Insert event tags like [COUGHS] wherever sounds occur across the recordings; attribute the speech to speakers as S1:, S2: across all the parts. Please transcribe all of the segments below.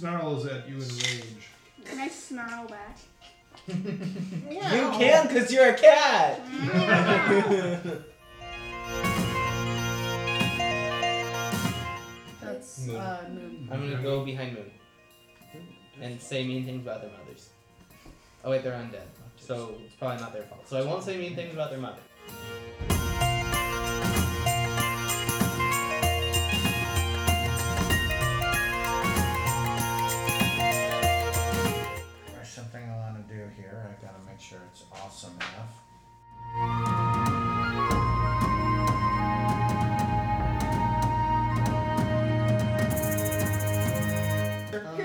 S1: growls at you in rage.
S2: Can I snarl back?
S3: You can because you're a cat.
S4: That's
S3: Moon.
S4: uh, moon.
S3: I'm gonna go behind Moon and say mean things about their mothers. Oh wait, they're undead, so it's probably not their fault. So I won't say mean things about their mother.
S5: There's something I want to do here. I gotta make sure it's awesome enough.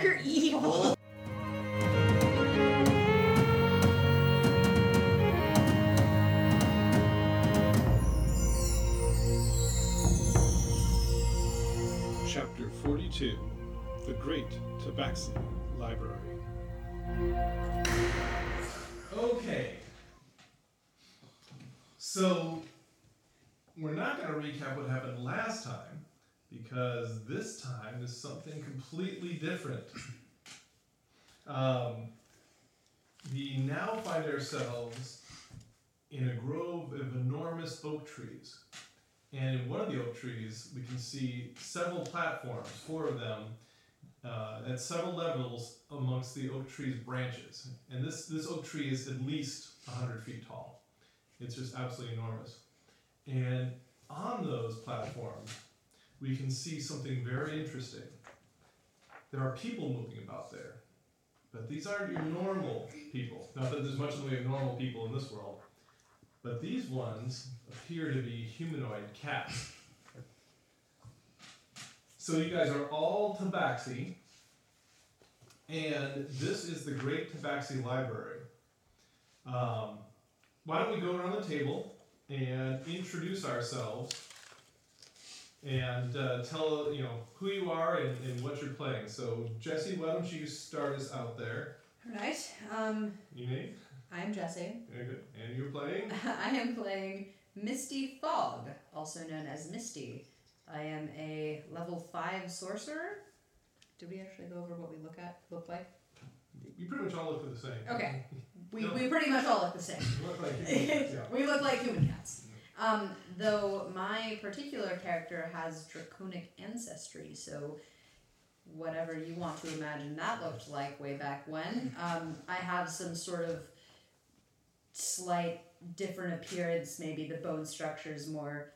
S2: You're evil.
S1: Chapter 42 The Great Tabaxi Library. Okay. So, we're not going to recap what happened last time because this time is something completely different. Um, we now find ourselves in a grove of enormous oak trees. And in one of the oak trees, we can see several platforms, four of them, uh, at several levels amongst the oak tree's branches. And this, this oak tree is at least 100 feet tall. It's just absolutely enormous. And on those platforms, we can see something very interesting. There are people moving about there. But these aren't your normal people. Not that there's much in the way of normal people in this world. But these ones appear to be humanoid cats. So you guys are all tabaxi, and this is the Great Tabaxi Library. Um, why don't we go around the table and introduce ourselves and uh, tell you know who you are and, and what you're playing. So Jesse, why don't you start us out there?
S4: All right. Um,
S1: You name?
S4: I'm Jesse.
S1: Very good. And you're playing?
S4: [LAUGHS] I am playing Misty Fog, also known as Misty. I am a level five sorcerer. Did we actually go over what we look at look like?
S1: You pretty much all look the same.
S4: Okay. We, we pretty much all look the same.
S1: You look like humanoid cats, yeah.
S4: [LAUGHS] we look like human cats. Um, though my particular character has draconic ancestry, so whatever you want to imagine that looked like way back when, um, I have some sort of slight different appearance. Maybe the bone structure is more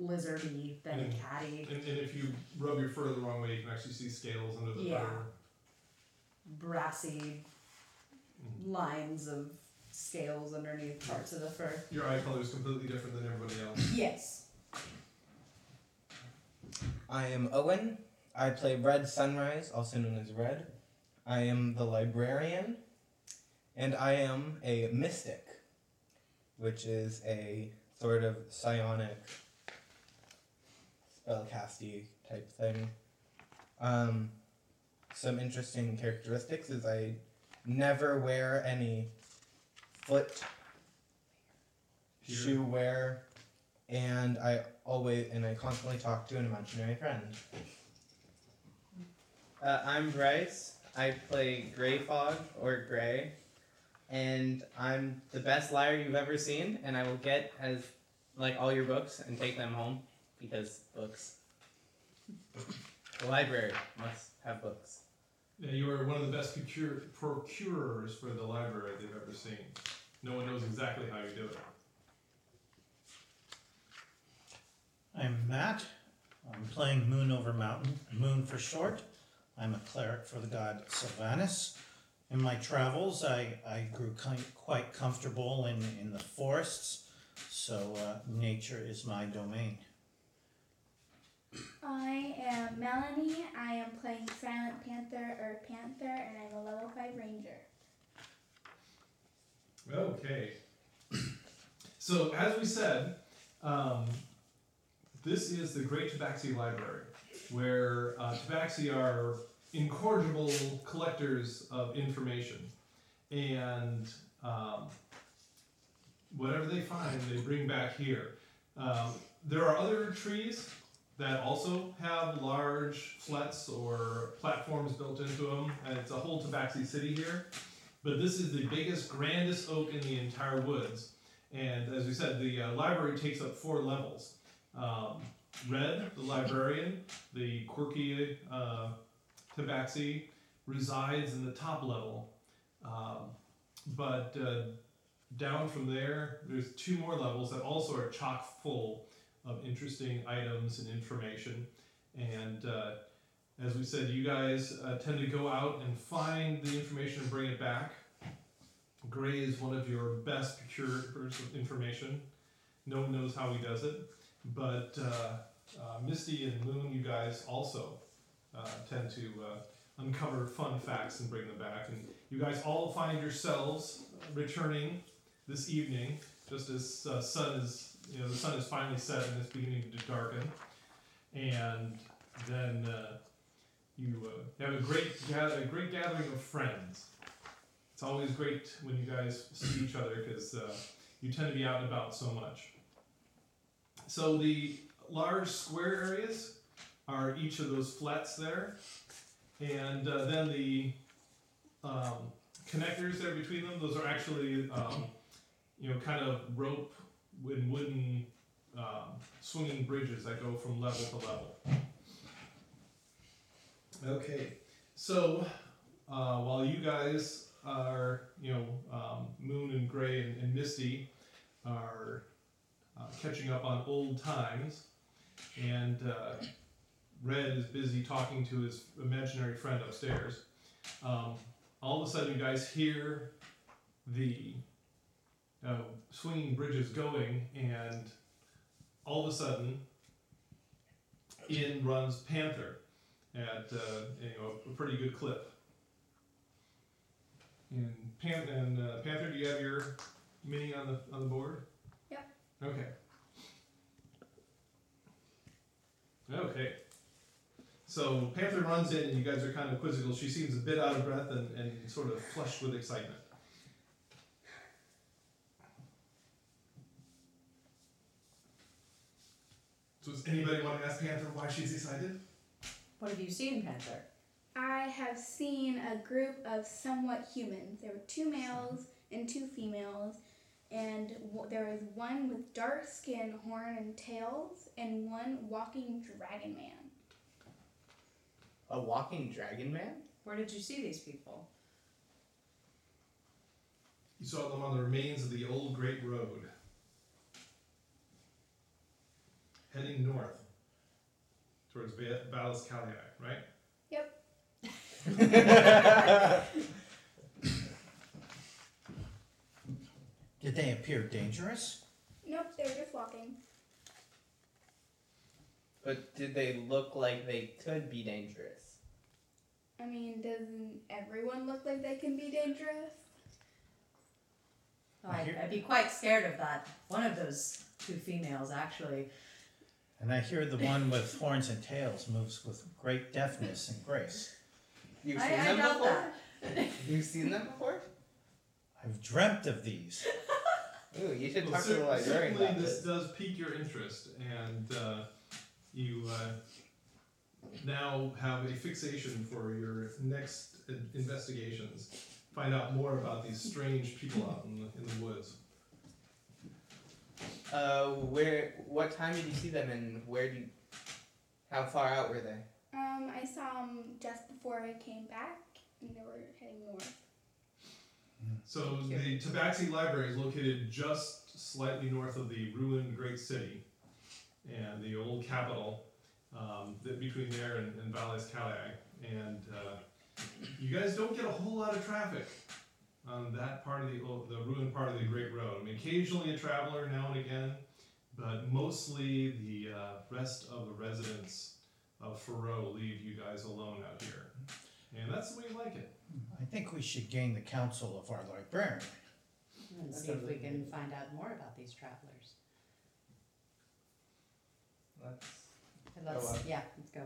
S4: lizardy than
S1: Mm.
S4: catty.
S1: And, and if you rub your fur the wrong way, you can actually see scales under the
S4: Yeah.
S1: fur.
S4: brassy
S1: Mm.
S4: lines of scales underneath parts of the fur.
S1: Your eye color is completely different than everybody else.
S4: Yes.
S3: I am Owen. I play Red Sunrise, also known as Red. I am the librarian, and I am a mystic, which is a sort of psionic spellcasty type thing. Um, some interesting characteristics is I never wear any foot
S1: Here.
S3: shoe wear, and I always and I constantly talk to an imaginary friend.
S6: Uh, I'm Bryce. I play Grey Fog or Grey, and I'm the best liar you've ever seen. And I will get as like all your books and take them home because books. the library must have books.
S3: [LAUGHS]
S1: Yeah, you are one of the best procure- procurers for the library they've ever seen. No one knows exactly how you do it.
S7: I'm Matt. I'm playing Moon over Mountain, Moon for short. I'm a cleric for the god Sylvanus. In my travels, I, I grew ki- quite comfortable in, in the forests, so uh, nature is my domain.
S2: I am Melanie. I am playing Silent Panther or Panther, and I'm a level 5 ranger.
S1: Okay. So, as we said, um, this is the Great Tabaxi Library, where uh, Tabaxi are incorrigible collectors of information. And um, whatever they find, they bring back here. Um, there are other trees that also have large flats or platforms built into them. And it's a whole Tabaxi city here. But this is the biggest, grandest oak in the entire woods. And as we said, the uh, library takes up four levels. Um, Red, the librarian, the quirky uh, Tabaxi, resides in the top level. Um, but uh, down from there, there's two more levels that also are chock full of interesting items and information. And uh, as we said, you guys uh, tend to go out and find the information and bring it back. Gray is one of your best procurers of information. No one knows how he does it, but uh, uh, Misty and Moon, you guys also uh, tend to uh, uncover fun facts and bring them back. And you guys all find yourselves returning this evening, just as uh, sun is you know the sun is finally set and it's beginning to darken. And then uh, you uh, have a great gather, a great gathering of friends. It's always great when you guys see each other because uh, you tend to be out and about so much. So the large square areas are each of those flats there, and uh, then the um, connectors there between them. Those are actually um, you know kind of rope and wooden um, swinging bridges that go from level to level. Okay, so uh, while you guys are, you know, um, Moon and Gray and, and Misty are uh, catching up on old times, and uh, Red is busy talking to his imaginary friend upstairs, um, all of a sudden you guys hear the uh, swinging bridges going, and all of a sudden in runs Panther at uh, you know, a pretty good clip. And, Pan- and uh, Panther, do you have your mini on the on the board?
S2: Yep.
S1: Okay. Okay. So Panther runs in, and you guys are kind of quizzical. She seems a bit out of breath and, and sort of flushed with excitement. So does anybody want to ask Panther why she's excited?
S4: What have you seen, Panther?
S2: I have seen a group of somewhat humans. There were two males and two females, and w- there was one with dark skin, horn, and tails, and one walking dragon man.
S6: A walking dragon man?
S4: Where did you see these people?
S1: You saw them on the remains of the old Great Road. Heading north towards Ba- Balas Kalii, right?
S7: Did they appear dangerous?
S2: Nope, they were just walking.
S6: But did they look like they could be dangerous?
S2: I mean, doesn't everyone look like they can be dangerous?
S4: Oh,
S7: I
S4: I'd,
S7: hear-
S4: I'd be quite scared of that. One of those two females, actually.
S7: And I hear the
S4: [LAUGHS]
S7: one with horns and tails moves with great deftness and grace.
S6: You've
S4: I,
S6: seen
S4: I
S6: them
S4: doubt
S6: before?
S4: that.
S6: You've seen them before?
S7: I've dreamt of these.
S6: Ooh, you should
S1: Well,
S6: talk to the
S1: cer-
S6: librarian
S1: certainly
S6: about
S1: this
S6: this.
S1: does pique your interest, and uh, you uh, now have a fixation for your next in- investigations. Find out more about these strange people out in the, in the woods.
S6: Uh, where? What time did you see them, and where do? You, how far out were they?
S2: Um, I saw them just before I came back, and they were heading north.
S1: So
S4: Yeah.
S1: the Tabaxi Library is located just slightly north of the ruined great city and the old capital, um, that between there and, and Valles Calais. And uh, you guys don't get a whole lot of traffic on that part of the old, the ruined part of the Great Road. I mean, occasionally a traveler now and again, but mostly the uh, rest of the residents of Faroe leave you guys alone out here. And that's the way you like it.
S7: I think we should gain the counsel of our librarian.
S4: And see if we can find out more about these travelers.
S6: Let's.
S4: And let's,
S6: Go on.
S4: yeah, let's go.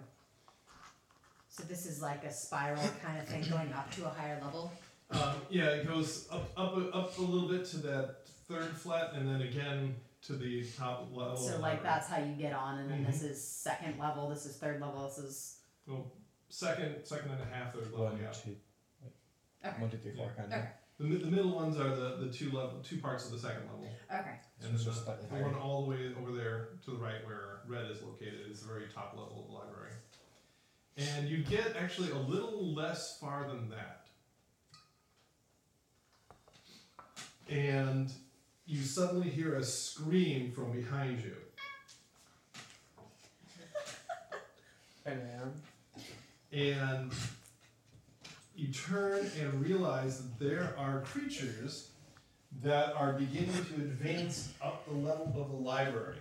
S4: So this is like a spiral kind of thing going up to a higher level.
S1: Uh, Um, yeah, it goes up, up, up a little bit to that third flat, and then again to the top
S6: Oh,
S1: level.
S8: So
S1: of
S8: like
S1: our
S8: that's how you get on, and then this
S1: Mhm.
S6: Mm-hmm.
S8: is second level, this is third level, this is
S1: second, second and a half third level.
S3: One,
S1: yeah.
S3: two,
S4: Okay.
S3: one, two, three, four, kind of.
S4: Okay.
S1: The, mi- the middle ones are the, the two level two parts of the second level,
S4: Okay.
S3: So
S1: and
S3: it's
S1: the,
S3: just slightly
S1: the
S3: higher.
S1: one all the way over there to the right where red is located is the very top level of the library. And you get actually a little less far than that. And you suddenly hear a scream from behind you.
S6: Turn around.
S1: and you turn and realize that there are creatures that are beginning to advance up the level of the library.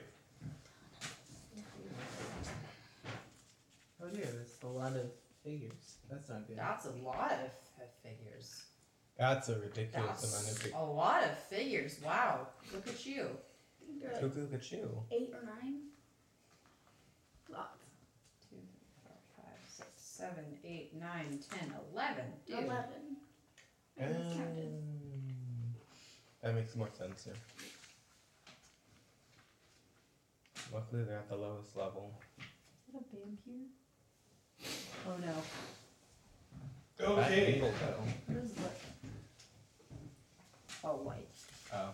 S6: Oh dear, that's a lot of figures. That's not good.
S4: That's a lot of f- figures.
S3: That's a ridiculous amount of
S4: That's
S3: big.
S4: a lot of figures. Wow. Look at you.
S2: I think there are like
S3: Cuckoo, cuckoo.
S2: eight or nine. Lots.
S4: Two, four, five, six, seven, eight, nine, ten, eleven. Dude.
S2: Eleven. I just
S7: Um,
S2: counted.
S3: Um, That makes more sense here. Luckily, they're at the lowest level.
S4: Is that a vampire? Oh no.
S3: That
S1: Okay.
S3: eagle, though.
S4: What is that? Oh, white.
S3: Oh.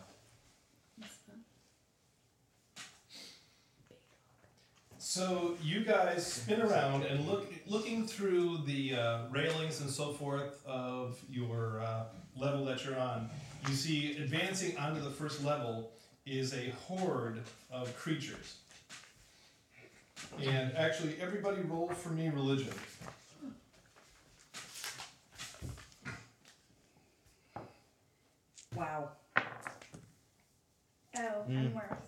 S1: So you guys spin around and look, looking through the uh, railings and so forth of your uh, level that you're on. You see, advancing onto the first level is a horde of creatures. And actually, everybody roll for me religion.
S4: Wow. [LAUGHS]
S2: Oh,
S3: Mm.
S7: hmm.
S2: I'm worse.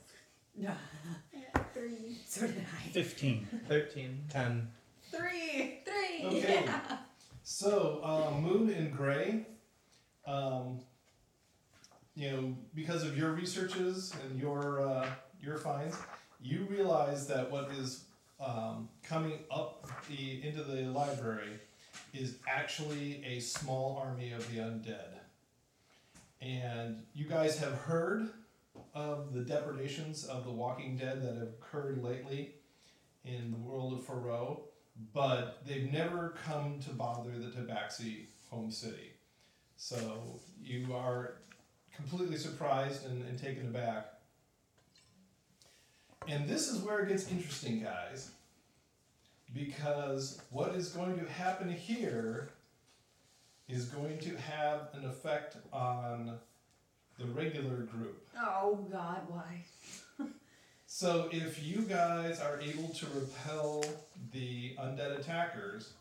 S4: No.
S2: I got Three.
S4: So did
S7: [LAUGHS]
S4: I.
S7: 15.
S6: 13.
S3: Ten.
S4: Three. Three.
S1: Okay.
S4: Yeah.
S1: So, uh, Moon and Gray, um, you know, because of your researches and your uh, your finds, you realize that what is um, coming up the into the library is actually a small army of the undead. And you guys have heard of the depredations of the Walking Dead that have occurred lately in the world of Faroe but they've never come to bother the Tabaxi home city. So you are completely surprised and, and taken aback. And this is where it gets interesting, guys, because what is going to happen here is going to have an effect on the regular group.
S4: Oh God, why?
S1: So if you guys are able to repel the undead attackers,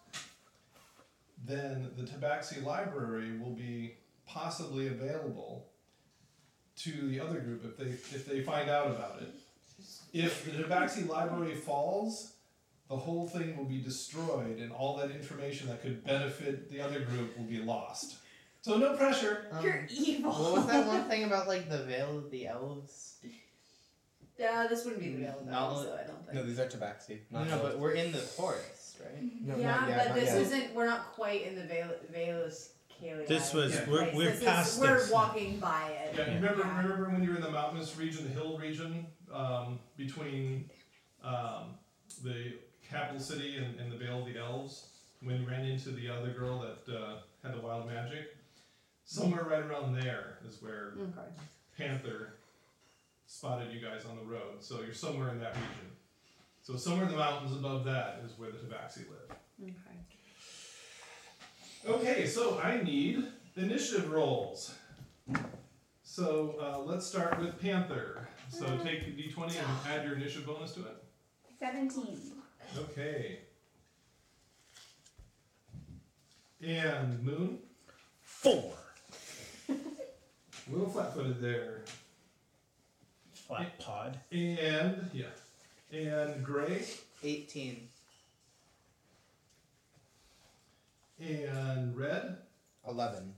S1: then the Tabaxi Library will be possibly available to the other group if they if they find out about it. If the Tabaxi Library falls, the whole thing will be destroyed and all that information that could benefit the other group will be lost. So no pressure.
S6: Um,
S4: You're evil.
S6: what was that one thing about like the veil of the elves?
S4: Uh, this wouldn't be the Veil of
S6: Not-
S4: Elves, though. I don't think.
S3: No, these are Tabaxi.
S6: No,
S3: Not
S6: no,
S3: those.
S6: but we're in the forest, right?
S3: No,
S4: yeah,
S3: not yet,
S4: but
S3: not
S4: this
S3: yet.
S4: isn't. We're not quite in the Veil. Veil of Caelid.
S7: This was-
S1: Yeah.
S7: we're- we're
S4: this is-
S7: past
S4: We're
S7: this now.
S4: walking by it.
S1: Yeah, you remember remember when you were in the mountainous region, the hill region, um, between um, the capital city and, and the Vale of the Elves, when you ran into the other girl that uh, had the wild magic? Somewhere right around there is where
S4: Okay.
S1: Panther spotted you guys on the road. So you're somewhere in that region. So somewhere in the mountains above that is where the Tabaxi live.
S4: Okay.
S1: Okay, so I need initiative rolls. So uh, let's start with Panther. So take the d20 and add your initiative bonus to it.
S2: Seventeen.
S1: Okay. And Moon,
S7: Four.
S1: a little flat-footed there.
S7: Flat pod.
S1: And yeah, and Gray
S6: 18.
S1: and Red.
S3: Eleven.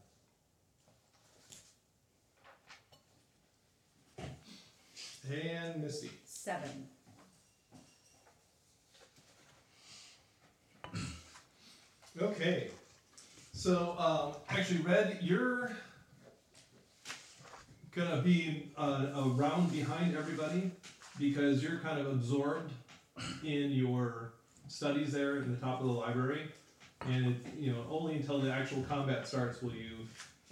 S1: And Misty.
S4: Seven.
S1: Okay. So, um, actually, Red, you're gonna be uh, around behind everybody because you're kind of absorbed in your studies there in the top of the library, and it, you know only until the actual combat starts will you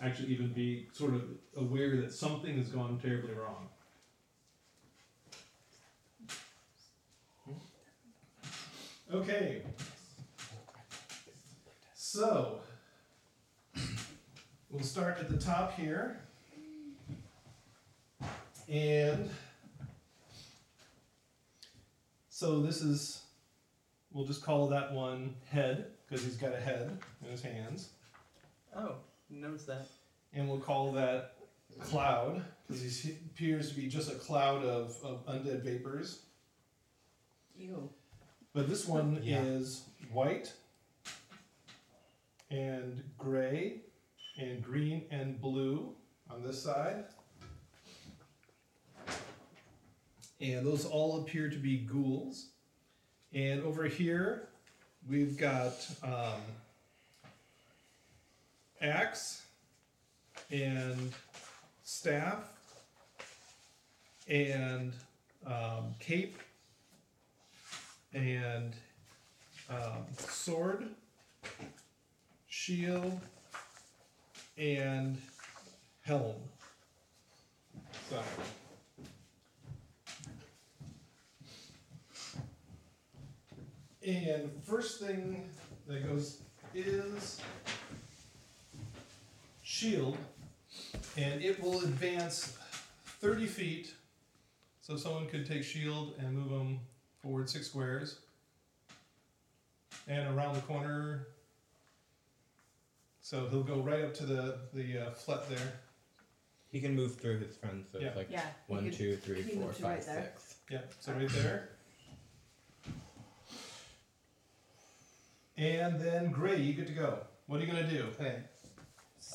S1: actually even be sort of aware that something has gone terribly wrong. Okay. So, we'll start at the top here. And so this is, we'll just call that one head, because he's got a head in his hands.
S6: Oh, notice that.
S1: And we'll call that cloud, because he appears to be just a cloud of, of undead vapors.
S4: Ew.
S1: But this one
S5: Yeah.
S1: is white and gray and green and blue on this side. And those all appear to be ghouls. And over here, we've got um, axe and staff and um, cape and um, sword, shield, and helm. So. And first thing that goes is shield, and it will advance 30 feet. So someone could take shield and move them forward six squares. And around the corner. So he'll go right up to the, the uh, flat there.
S3: He can move through his friends, so
S1: Yeah.
S3: it's like
S8: Yeah.
S3: one,
S8: you could-
S3: two, three,
S8: you can
S3: four,
S8: move to
S3: five,
S8: right there.
S3: six.
S1: Yeah, so right there. And then Gray, you get to go. What are you going to do?
S6: Okay.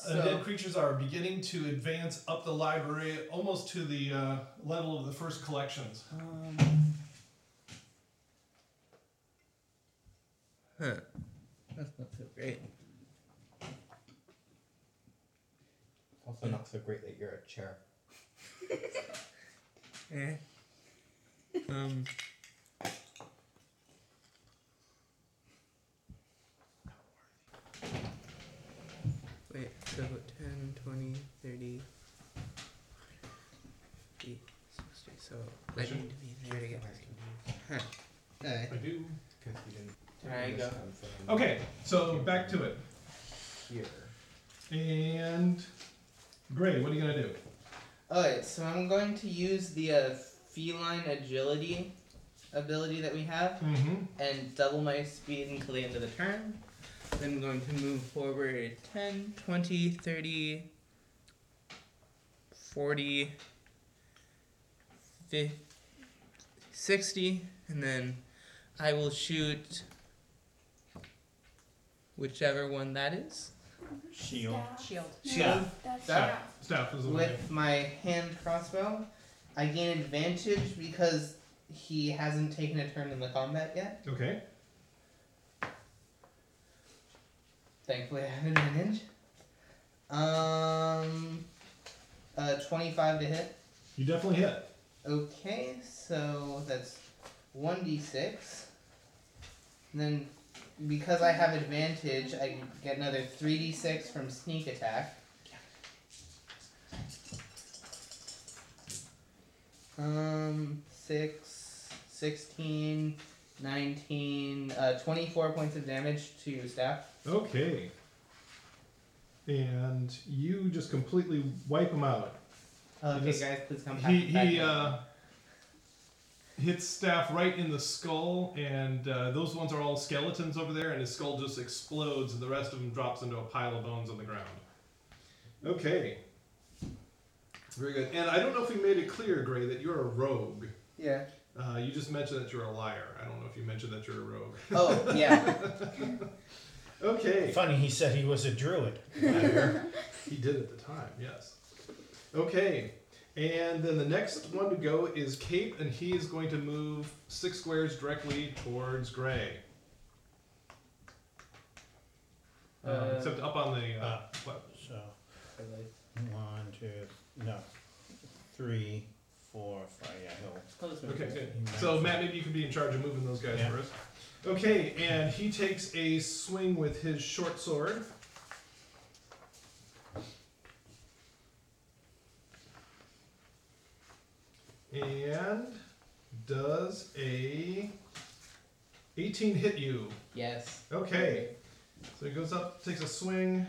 S1: Undead
S6: So,
S1: creatures are beginning to advance up the library, almost to the uh, level of the first collections.
S6: um, huh. That's not so great.
S3: Also, not so great that you're a chair.
S6: Eh. Um. Wait, so 10, 20, 30, 50, 60, so I
S1: Sure.
S6: need to be there to get my Alright.
S1: I do.
S3: Because you didn't.
S6: Can I go?
S1: Okay, so back to it.
S3: Here.
S1: And Gray, what are you going to do?
S6: Alright, so I'm going to use the uh, feline agility ability that we have.
S1: Mm-hmm.
S6: and double my speed until the end of the turn. Then I'm going to move forward 10, 20, 30, 40, 50, 60, and then I will shoot whichever one that is
S7: Shield.
S2: Staff.
S4: Shield.
S2: No, that's
S1: Staff.
S2: not-
S1: Staff is the one.
S6: with my hand crossbow. I gain advantage because he hasn't taken a turn in the combat yet.
S1: Okay.
S6: Thankfully, I have an advantage. Um, uh, 25 to hit.
S1: You definitely hit.
S6: Okay, so that's 1d6. And then because I have advantage, I get another 3d6 from sneak attack. Um, 6, 16, 19, uh, 24 points of damage to staff.
S1: Okay. And you just completely wipe him out.
S6: Okay,
S1: Just-
S6: guys, please come
S1: He
S6: back.
S1: he uh, hits staff right in the skull, and uh, those ones are all skeletons over there, and his skull just explodes, and the rest of him drops into a pile of bones on the ground. Okay. Very good. And I don't know if we made it clear, Gray, that you're a rogue.
S6: Yeah.
S1: Uh, you just mentioned that you're a liar. I don't know if you mentioned that you're a rogue.
S6: Oh, yeah.
S1: Okay.
S7: Funny, he said he was a druid.
S1: he did at the time, yes. Okay, and then the next one to go is Cape, and he is going to move six squares directly towards Gray. Um,
S6: Uh,
S1: except up on the. Uh,
S7: uh,
S1: what-
S7: So, one, two, no. three, four, five. Yeah, he'll.
S6: Close
S1: Okay, good.
S7: he might
S1: So
S7: as
S1: Matt, maybe you could be in charge of moving those guys
S7: Yeah.
S1: for us. Okay, and he takes a swing with his short sword. And does a 18 hit you?
S6: Yes.
S1: Okay. So he goes up, takes a swing.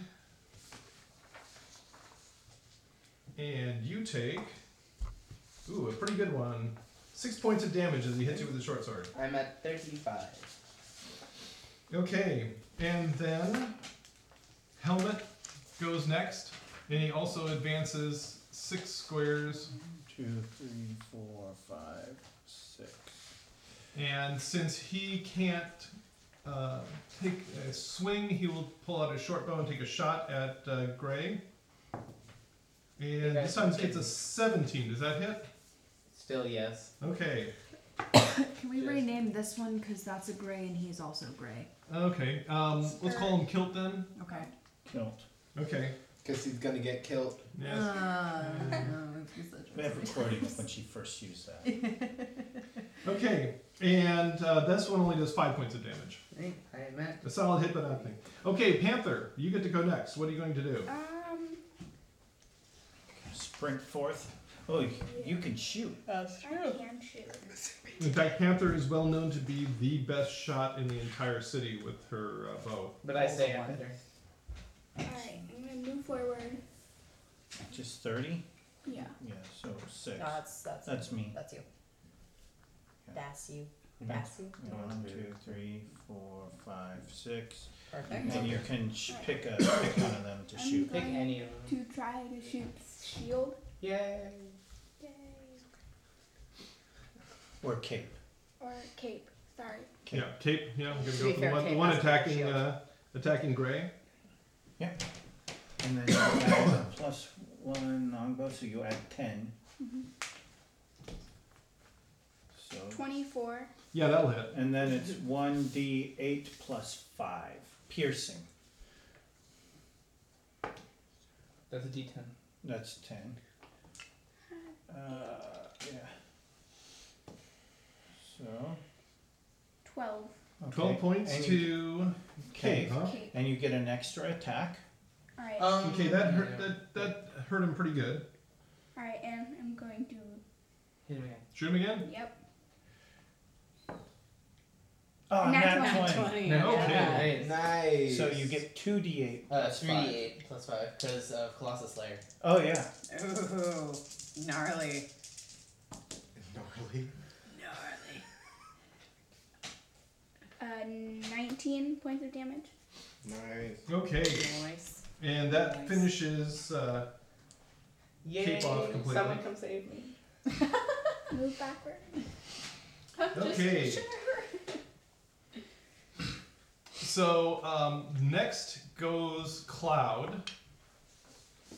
S1: And you take, ooh, a pretty good one. Six points of damage as he hits you with his short sword.
S6: I'm at 35.
S1: Okay, and then Helmet goes next, and he also advances six squares.
S5: Two, three, four, five, six.
S1: And since he can't uh, take a swing, he will pull out a short bow and take a shot at uh, Gray. And
S6: Okay.
S1: this time it gets a 17. Does that hit?
S6: Still yes.
S1: Okay.
S9: Can we
S6: Yes.
S9: rename this one? Because that's a gray and he's also gray.
S1: Okay. Um, let's call him Kilt then.
S9: Okay.
S5: Kilt.
S1: Okay.
S3: Because he's gonna get killed.
S1: Yes.
S4: Uh.
S9: Uh,
S5: We
S9: [LAUGHS]
S5: have recording of when she first used that. [LAUGHS]
S1: Okay. And uh, this one only does five points of damage.
S6: I'm at
S1: A solid hit, but not thing. Okay, Panther, you get to go next. What are you going to do?
S2: Um,
S5: Sprint forth. Oh, you- you can shoot.
S2: I can shoot.
S1: In fact, Panther is well known to be the best shot in the entire city with her uh, bow.
S6: But I say
S8: Hold on.
S6: after.
S2: All right, I'm gonna move forward.
S5: Just 30?
S2: Yeah.
S5: Yeah, so six.
S4: No, that's that's
S5: That's me.
S4: that's you.
S5: Yeah.
S4: That's you.
S5: Yeah.
S4: That's you.
S5: One, two, three, four, five, six.
S4: Perfect.
S5: And you can sh- pick a pick one of them to
S2: I'm
S5: shoot.
S6: Pick
S2: going
S6: any of them.
S2: to try to shoot shield.
S6: Yay.
S2: Yay.
S5: Or cape.
S2: Or cape. Sorry.
S5: Cape.
S1: Yeah, Cape. Yeah, I'm going
S4: To
S1: to
S4: be
S1: go for the
S4: fair,
S1: one, the
S4: Cape
S1: one
S4: has a good
S1: attacking
S4: shield.
S1: uh, attacking Gray.
S5: And then you add [COUGHS] a plus one longbow, so you add 10. So.
S2: Twenty-four.
S1: Yeah, that'll hit.
S5: And then it's 1d8 plus 5. Piercing.
S6: That's a D10.
S5: That's 10. Uh, yeah. So.
S2: Twelve.
S5: okay,
S1: 12 points
S5: and you-
S1: to Cape,
S5: Cape.
S1: huh?
S2: Cape.
S5: And you get an extra attack.
S2: All right.
S6: Um,
S1: Okay, that hurt,
S6: yeah.
S1: that, that hurt him pretty good.
S2: All right, and I'm going to.
S6: Hit him again.
S1: Shoot him again?
S2: Yep.
S5: Oh,
S2: Nat
S5: nat
S2: 20.
S5: 20.
S1: Okay.
S6: Nice.
S3: Nice.
S5: So you get 2d8.
S6: Uh,
S5: plus
S6: three
S5: five.
S6: eight plus five because of Colossus Slayer.
S5: Oh, yeah.
S4: Ooh, gnarly.
S3: Gnarly.
S4: Gnarly.
S2: Uh, nineteen points of damage.
S3: Nice.
S1: Okay,
S4: Nice.
S1: and that
S4: Nice.
S1: finishes. Uh,
S6: Yay!
S1: Keep off completely.
S6: Someone come save me.
S2: Move backward.
S1: okay. So um, next goes cloud,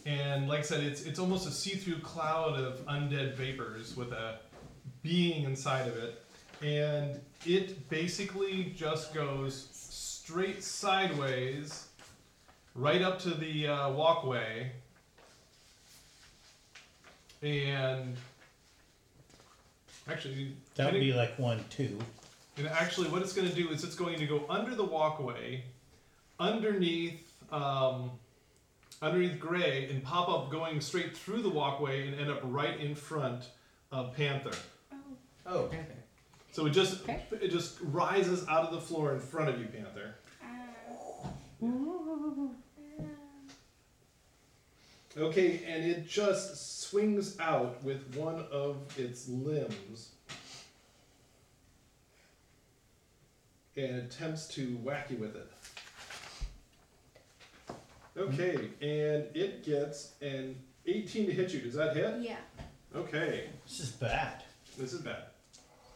S1: and like I said, it's it's almost a see-through cloud of undead vapors with a being inside of it, and it basically just goes straight sideways, right up to the uh, walkway, and actually
S7: That would
S1: hitting-
S7: be like one, two.
S1: and actually, what it's going to do is it's going to go under the walkway, underneath, um, underneath Gray, and pop up going straight through the walkway and end up right in front of Panther.
S6: Oh, Panther.
S1: So it just
S4: Okay.
S1: it just rises out of the floor in front of you, Panther.
S2: Uh,
S1: Okay, and it just swings out with one of its limbs and attempts to whack you with it. Okay, and it gets an 18 to hit you. Does that hit?
S2: yeah.
S1: Okay,
S7: This is bad.
S1: this is bad.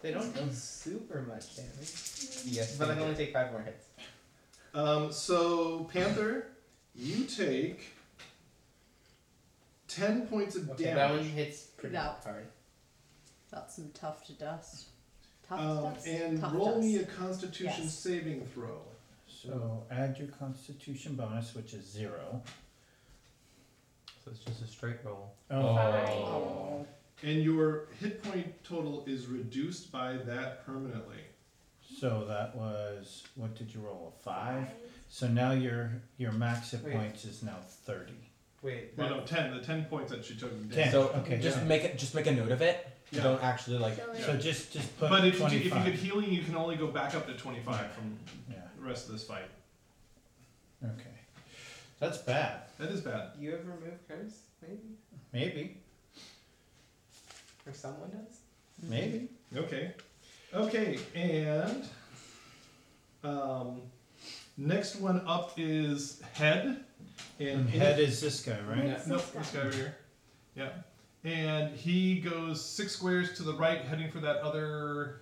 S6: They don't do super much damage,
S3: Yes.
S6: but I
S3: they
S6: can
S3: do.
S6: only take five more hits.
S1: Um, so, Panther, you take 10 points of
S6: Okay, that one
S1: damage.
S6: hits pretty
S4: No.
S6: hard.
S4: [LAUGHS] That's some tough to dust. Tough
S1: Um,
S4: dust.
S1: and
S4: tough
S1: roll
S4: dust.
S1: me a constitution
S4: Yes.
S1: saving throw.
S5: So add your constitution bonus, which is zero.
S3: So it's just a straight roll.
S5: Oh.
S2: Five.
S1: and your hit point total is reduced by that permanently.
S5: So that was what did you roll? A five. So now your your max hit
S6: Wait.
S5: points is now thirty.
S6: Wait.
S1: Well,
S6: that-
S1: no, ten. The ten points that she took. down.
S5: Ten.
S3: So
S5: Okay,
S3: just
S5: yeah.
S3: make it. Just make a note of it.
S1: Yeah.
S3: Don't actually like.
S2: So
S5: So
S2: it,
S5: just just put
S1: But if you, do,
S5: twenty
S1: if you
S5: five.
S1: get healing, you can only go back up to twenty-five from
S5: yeah.
S1: the rest of this fight.
S5: Okay. That's bad.
S1: That is bad.
S6: You have removed curse, maybe?
S5: Maybe.
S6: Or someone does?
S5: Maybe.
S1: Okay. Okay, and um, next one up is head, and
S7: Mm,
S5: And
S1: it-
S5: head is this guy, right?
S6: Yeah.
S1: Nope, this guy over here. Yeah. And he goes six squares to the right, heading for that other.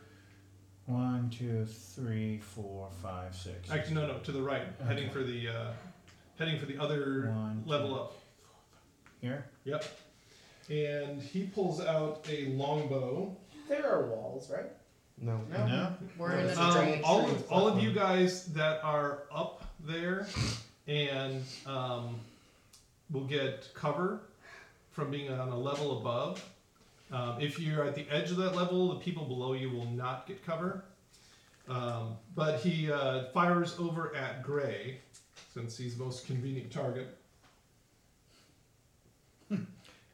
S5: One, two, three, four, five, six.
S1: Actually, no, no, to the right, heading for the, uh, heading for the other
S5: One,
S1: level
S5: two.
S1: up.
S5: Here.
S1: Yep. And he pulls out a longbow.
S6: There are walls, right?
S3: No.
S6: No.
S5: No.
S4: We're in
S6: It's a
S1: Um,
S6: giant
S1: all
S6: tree.
S1: of all of you guys that are up there, and um, will get cover from being on a level above. Um, if you're at the edge of that level, the people below you will not get cover. Um, but he uh, fires over at Gray, since he's the most convenient target.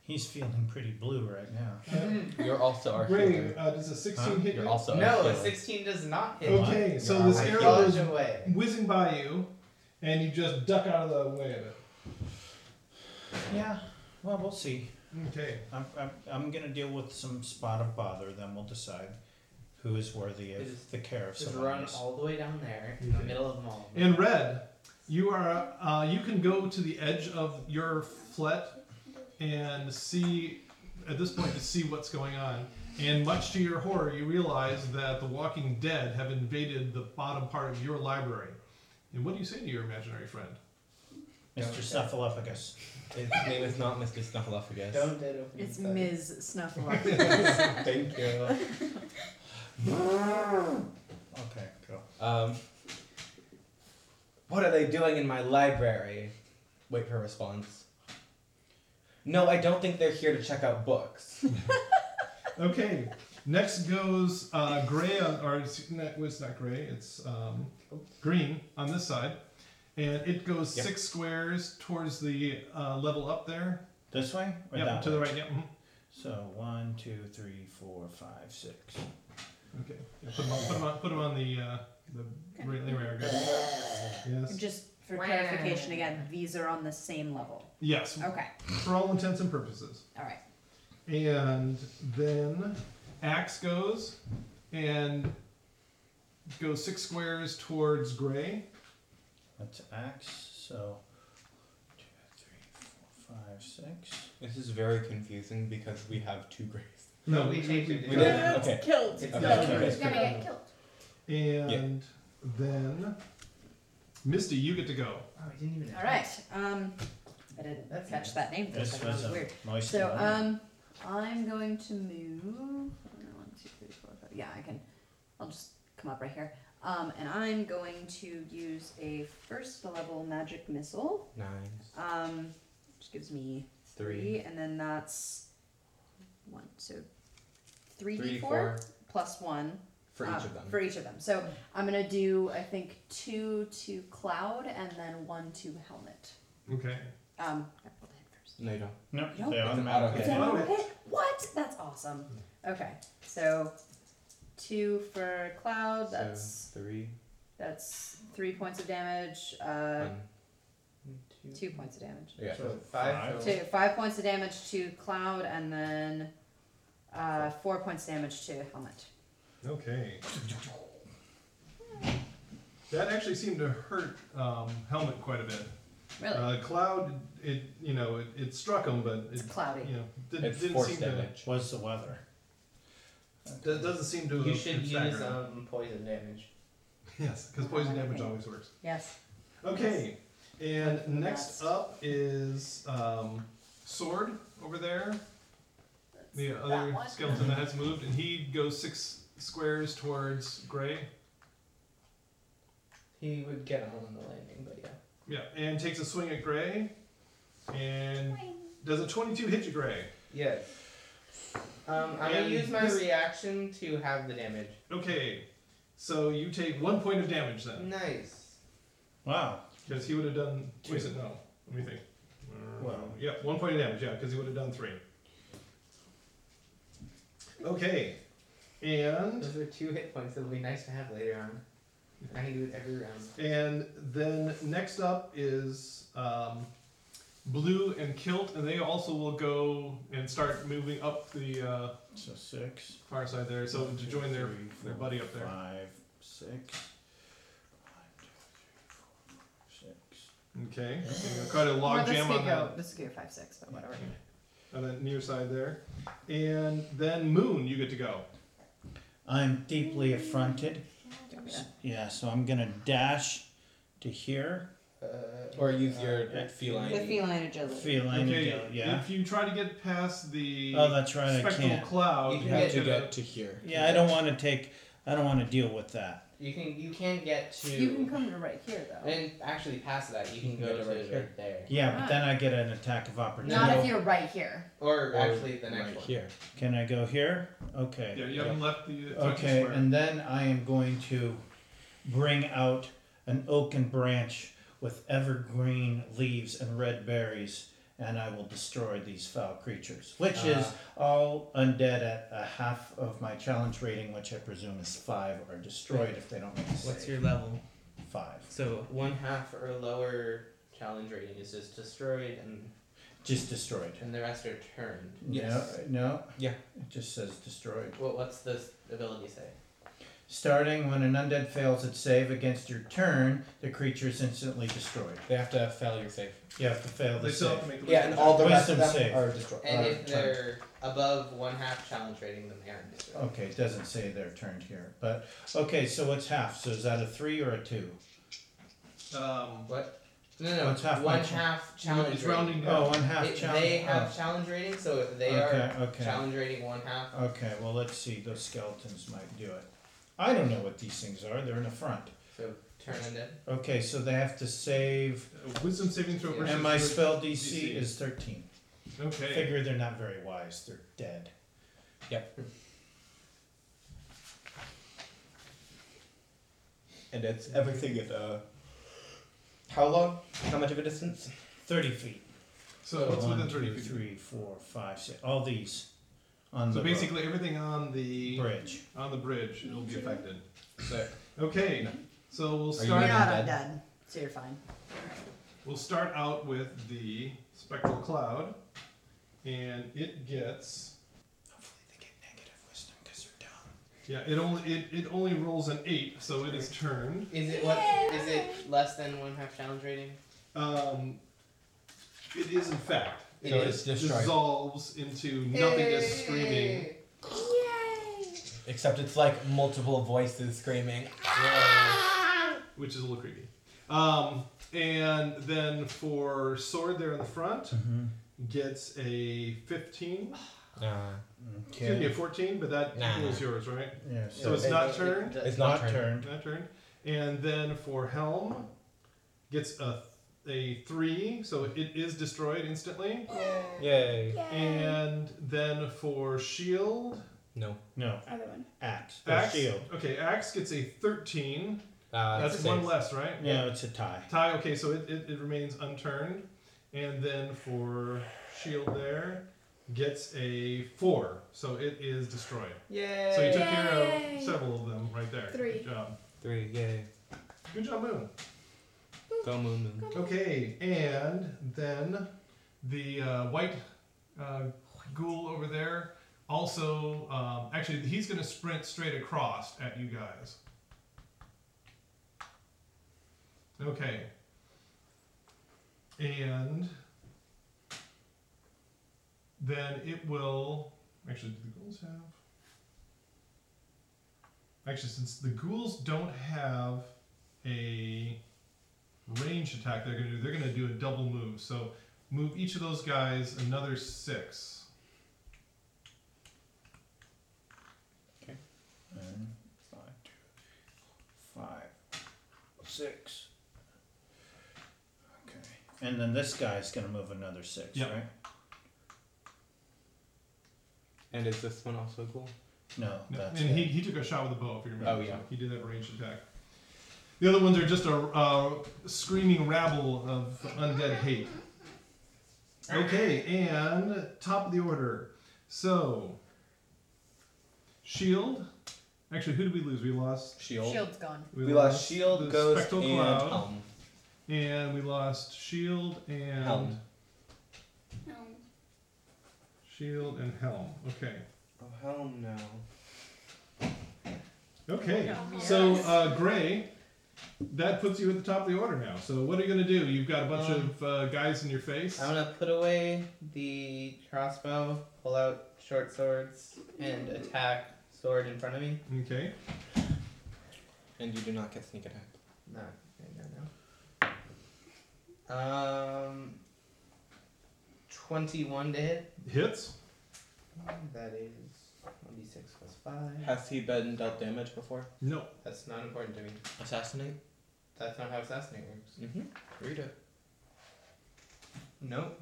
S5: He's feeling pretty blue right now.
S3: You're also our
S1: Gray
S3: healer.
S1: uh, does a 16
S5: Huh?
S1: hit
S3: You're
S1: you?
S3: also
S6: No,
S3: our
S6: a
S3: healer.
S6: 16 does not hit.
S1: Okay,
S5: What?
S1: so
S5: Yeah,
S1: this
S5: I
S1: arrow
S6: Dodge
S1: is
S6: away.
S1: whizzing by you, and you just duck out of the way of it.
S5: Yeah. Well, we'll see.
S1: Okay.
S5: I'm, I'm, I'm going to deal with some spot of bother, then we'll decide who is worthy of
S6: Just-
S5: the care of
S6: Just
S5: someone.
S6: run all the way down there in the
S1: Okay.
S6: middle of them all.
S1: In red, you are uh, you can go to the edge of your flat and see at this point to see what's going on. And much to your horror, you realize that the Walking Dead have invaded the bottom part of your library. And what do you say to your imaginary friend?
S5: Mr. Cephalophagus.
S3: His name is not Mr. Snuffleupagus.
S6: Don't dead open
S8: It's
S6: inside.
S8: Ms. Snuffleupagus.
S3: Thank [LAUGHS] you.
S5: Okay, cool.
S3: Um, what are they doing in my library? Wait for a response. No, I don't think they're here to check out books.
S1: Okay. Next goes uh, gray, on, or it's not, well, it's not gray, it's um, green on this side. And it goes
S3: Yep.
S1: six squares towards the uh, level up there.
S5: This way? Or
S1: Yep,
S5: that
S1: to the
S5: way?
S1: right. Yep. mhm.
S5: So, one, two, three, four, five, six.
S1: Okay. Yeah, put, them on, put, them on, put 'em on the uh, the right there we are, good. Yes.
S8: Just for
S4: Wow.
S8: clarification again, these are on the same level.
S1: Yes.
S8: Okay,
S1: For all intents and purposes.
S8: all right.
S1: And then axe goes and goes six squares towards gray.
S5: That's axe. So, two, three, four, five, six.
S3: [LAUGHS] This is very confusing because we have two grays.
S6: No, we changed it.
S3: We did? Okay.
S9: Killed.
S6: It's
S3: Okay.
S6: not
S1: Okay.
S6: yours.
S2: it's gonna get killed.
S1: And then Misty, you get to go.
S6: Oh, I didn't even.
S4: All right. Um, I didn't
S6: That's
S4: catch
S6: nice.
S4: that name. for a
S5: This
S4: second, That
S5: was
S4: was
S5: a
S4: weird.
S5: moist
S4: So
S5: one.
S4: um, I'm going to move. One, two, three, four, five. Yeah, I can. I'll just come up right here. Um, and I'm going to use a first level magic missile.
S3: Nine,
S4: Um, which gives me
S3: three,
S4: three, and then that's one. So three
S3: three,
S4: d
S3: four
S4: four plus one
S3: for
S4: uh,
S3: each of them.
S4: For each of them. So I'm gonna do I think two to cloud and then one to helmet.
S1: Okay.
S4: Um, I rolled a hit first.
S3: no, you don't.
S5: no,
S4: nope.
S5: they
S3: It's an
S5: automatically.
S3: auto hit.
S4: Is that
S1: Wow.
S4: a hit? What? That's awesome. Okay, so two for cloud. Oh, That's
S3: so three,
S4: that's three points of damage. Uh,
S3: one, two.
S4: two points of damage.
S3: Yeah.
S6: So five.
S5: Five.
S4: Two, five points of damage to cloud, and then uh, four points damage to helmet.
S1: Okay. That actually seemed to hurt um, Helmet quite a bit.
S4: Really,
S1: Uh, Cloud, it you know it, it struck him, but it
S4: it's cloudy.
S1: you know did,
S3: It's
S1: didn't
S3: force
S1: seem to
S3: damage.
S5: Was the weather.
S1: do- doesn't seem to.
S6: You
S1: have
S6: should
S1: staggered
S6: use
S1: him.
S6: um, poison damage.
S1: yes, because poison damage always works.
S4: Yes.
S1: Okay, and
S4: the
S1: next
S4: best.
S1: up is um, sword over there. The other
S4: that one.
S1: skeleton that has moved, and he goes six squares towards gray.
S6: He would get him on the landing, but yeah.
S1: Yeah, and takes a swing at gray, and does a twenty-two hit you, gray?
S6: Yes. Um, I'm gonna
S1: And
S6: use my
S1: this-
S6: reaction to have the damage.
S1: Okay, so you take one point of damage then,
S6: Nice.
S7: Wow.
S4: Mm-hmm.
S1: because he would have done. Wait, is it no? Let me think.
S7: Well-
S1: yeah, one point of damage. Yeah, because he would have done three. Okay, and
S6: Those are two hit points that'll be nice to have later on. I can do it every round.
S1: And then next up is um, Blue and Kilt, and they also will go and start moving up the uh,
S5: So six.
S1: far side there. So to join their
S5: Three, four,
S1: their buddy up there.
S5: Five, six. One, two, three, four, five, six.
S1: Okay, so you're quite a log
S8: this
S1: jam
S8: could
S1: on
S8: go.
S1: that
S8: This could go five six, but whatever.
S1: on that near side there. And then Moon, you get to go.
S7: I'm deeply affronted.
S8: Don't do that.
S7: Yeah, so I'm gonna dash to here.
S3: Uh, or use your
S7: Uh,
S3: feline.
S8: The feline agility.
S7: Feline,
S1: okay,
S7: agility, yeah.
S1: if you try to get past the
S7: Oh, that's right, I
S1: spectral
S7: can't.
S1: cloud,
S3: You
S1: you
S3: have
S1: get
S3: to
S1: a-
S3: get to here.
S7: Yeah, I don't want to take. I don't want to deal with that.
S6: You can you can get to
S8: You can come to right here though.
S6: and actually past that you can
S3: You
S6: go
S3: can
S6: to
S3: get it right here.
S6: right there.
S7: Yeah, but then I get an attack of opportunity.
S8: Not if you're right here.
S6: Or
S3: Or
S6: actually the next
S3: right
S6: one.
S3: here.
S7: Can I go here? Okay.
S1: Yeah, you haven't left the uh, touch
S7: Okay,
S1: square.
S7: and then I am going to bring out an oaken branch with evergreen leaves and red berries, and I will destroy these foul creatures, which is
S3: Ah.
S7: all undead at a half of my challenge rating, which I presume is five, or destroyed if they don't make a save.
S6: What's your level?
S7: five?
S6: So one half or lower challenge rating is just destroyed and
S7: Just destroyed.
S6: and the rest are turned.
S3: Yes.
S7: No, no.
S3: Yeah.
S7: It just says destroyed.
S6: What what's this ability say?
S7: Starting when an undead fails its save against your turn, the creature is instantly destroyed.
S3: They have to fail your save.
S7: You have to fail the
S1: they still have
S7: save.
S1: to make a
S3: Yeah, and all the rest of
S7: Wisdom
S3: them
S7: save.
S3: are destroyed.
S6: And
S3: are
S6: if
S3: Uh, turned.
S6: they're above one half challenge rating, then they aren't destroyed.
S7: Okay, it doesn't say they're turned here, but okay, so what's half? So is that a three or a two?
S1: Um,
S6: What? No, no,
S7: Oh, it's half my
S6: one
S7: cha-
S6: half challenge
S1: It's
S6: rating.
S1: rounding down.
S7: Oh, one half
S6: It-
S7: challenge. Oh,
S6: They have challenge rating, so if they
S7: okay,
S6: are
S7: okay.
S6: challenge rating one half,
S7: Okay, well, let's see. Those skeletons might do it. I don't know what these things are. They're in the front.
S6: so turn undead.
S7: Okay, so they have to save.
S1: a uh, wisdom saving throw
S6: Yeah.
S1: versus
S7: And my
S1: your-
S7: spell DC
S1: DC.
S7: is 13.
S1: Okay.
S7: Figure they're not very wise. They're dead.
S3: And it's everything at uh. How long? How much of a distance?
S7: 30 feet.
S1: So what's
S7: One,
S1: within thirty
S7: two,
S1: feet?
S7: three, four, five, six. All these on
S1: So
S7: the road-
S1: basically, everything on the
S7: bridge.
S1: on the bridge will be affected.
S3: So
S1: Okay, so we'll
S3: you
S1: start.
S3: You're not undead.
S8: so you're fine.
S1: We'll start out with the spectral cloud, and it gets
S7: Hopefully they get negative wisdom because they're dumb.
S1: yeah. It only it, it only rolls an eight, so it is turned.
S6: Is it what? Is it less than one half challenge rating?
S1: Um, it is in fact. It
S3: So it's
S1: just
S3: destroyed.
S1: dissolves into nothingness, screaming.
S2: Yay!
S3: except it's like multiple voices screaming.
S1: which is a little creepy. Um, and then for sword there in the front
S3: Mm-hmm.
S1: gets a 15.
S3: Nah.
S1: Excuse me, a
S7: Okay.
S1: 14, but that
S3: Nah.
S1: equals yours, right?
S7: Yeah,
S1: So it's not turned?
S3: It's
S7: not
S3: not, turned.
S7: turned.
S1: That turn. And then for helm gets a a three, so it is destroyed instantly.
S3: Yay.
S1: And then for shield,
S3: No.
S7: No,
S2: Other one.
S7: axe. Or
S1: axe.
S7: shield.
S1: Okay, axe gets a thirteen.
S3: Uh,
S1: That's
S3: six.
S1: one less, right?
S7: No, it's a tie.
S1: Tie, okay, so it, it, it remains unturned. And then for shield there, gets a four. So it is destroyed.
S6: Yay!
S1: So you took care
S2: Yay.
S1: of several of them right there.
S2: Three.
S1: Good job.
S3: Three. Yay.
S1: Good job, Moon.
S3: Go moon moon.
S1: Okay, and then the uh, white uh, ghoul over there also, um, actually, he's going to sprint straight across at you guys. Okay. And then it will. Actually, do the ghouls have. Actually, since the ghouls don't have a range attack they're gonna do. They're gonna do a double move. So move each of those guys another six.
S7: And five, two, five, six. Okay. And then this guy's gonna move another six,
S1: Yep.
S7: right?
S3: And is this one also cool?
S5: No,
S1: No,
S5: that's
S1: and he,
S5: it.
S1: he took a shot with a bow, if you remember.
S3: Oh, yeah.
S1: He did that ranged attack. The other ones are just a uh, screaming rabble of undead hate. Okay, and top of the order. So, shield. Actually, who did we lose? We lost.
S3: Shield.
S8: Shield's gone.
S3: We lost Shield,
S1: the
S3: Ghost,
S1: Spectral
S3: and
S1: Cloud,
S3: Helm.
S1: and we lost Shield and
S3: Helm.
S2: Um,
S1: Shield and Helm. Okay.
S3: Oh, Helm now.
S1: Okay.
S2: Yeah.
S1: So uh, Gray, that puts you at the top of the order now. So what are you gonna do? You've got a bunch
S6: Um,
S1: of uh, guys in your face.
S6: I'm gonna put away the crossbow, pull out short swords, and attack sword in front of me.
S1: Okay.
S3: And you do not get sneak attack.
S6: No, I don't know. Um, twenty-one to hit.
S1: Hits.
S6: That is one d six plus five.
S3: Has he been dealt damage before?
S1: No.
S6: That's not important to me.
S3: Assassinate?
S6: That's not how assassinate works.
S3: Mm-hmm. Read it.
S6: Nope.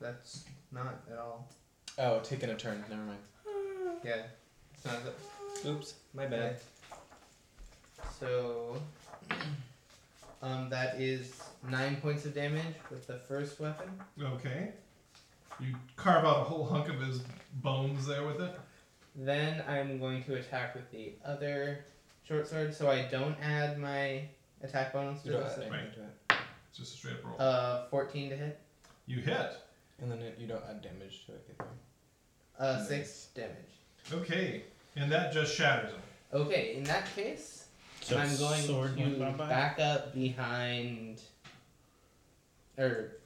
S6: That's not at all.
S3: Oh, taking a turn. Never mind.
S6: Yeah. It's not.
S3: Oops, my bad.
S6: So, [CLEARS THROAT] um, that is nine points of damage with the first weapon.
S1: Okay. You carve out a whole hunk of his bones there with it.
S6: Then I'm going to attack with the other short sword, so I don't add my attack bonus to
S3: You don't add
S6: this.
S3: anything
S1: Right.
S3: to it.
S1: It's just a straight up roll.
S6: Uh, 14 to hit.
S1: you hit.
S3: And then it, you don't add damage to it either.
S6: Uh,
S3: Nice.
S6: six damage.
S1: Okay. And that just shatters him.
S6: Okay, in that case,
S7: So
S6: I'm going
S7: sword
S6: to
S7: went bye-bye?
S6: back up behind, or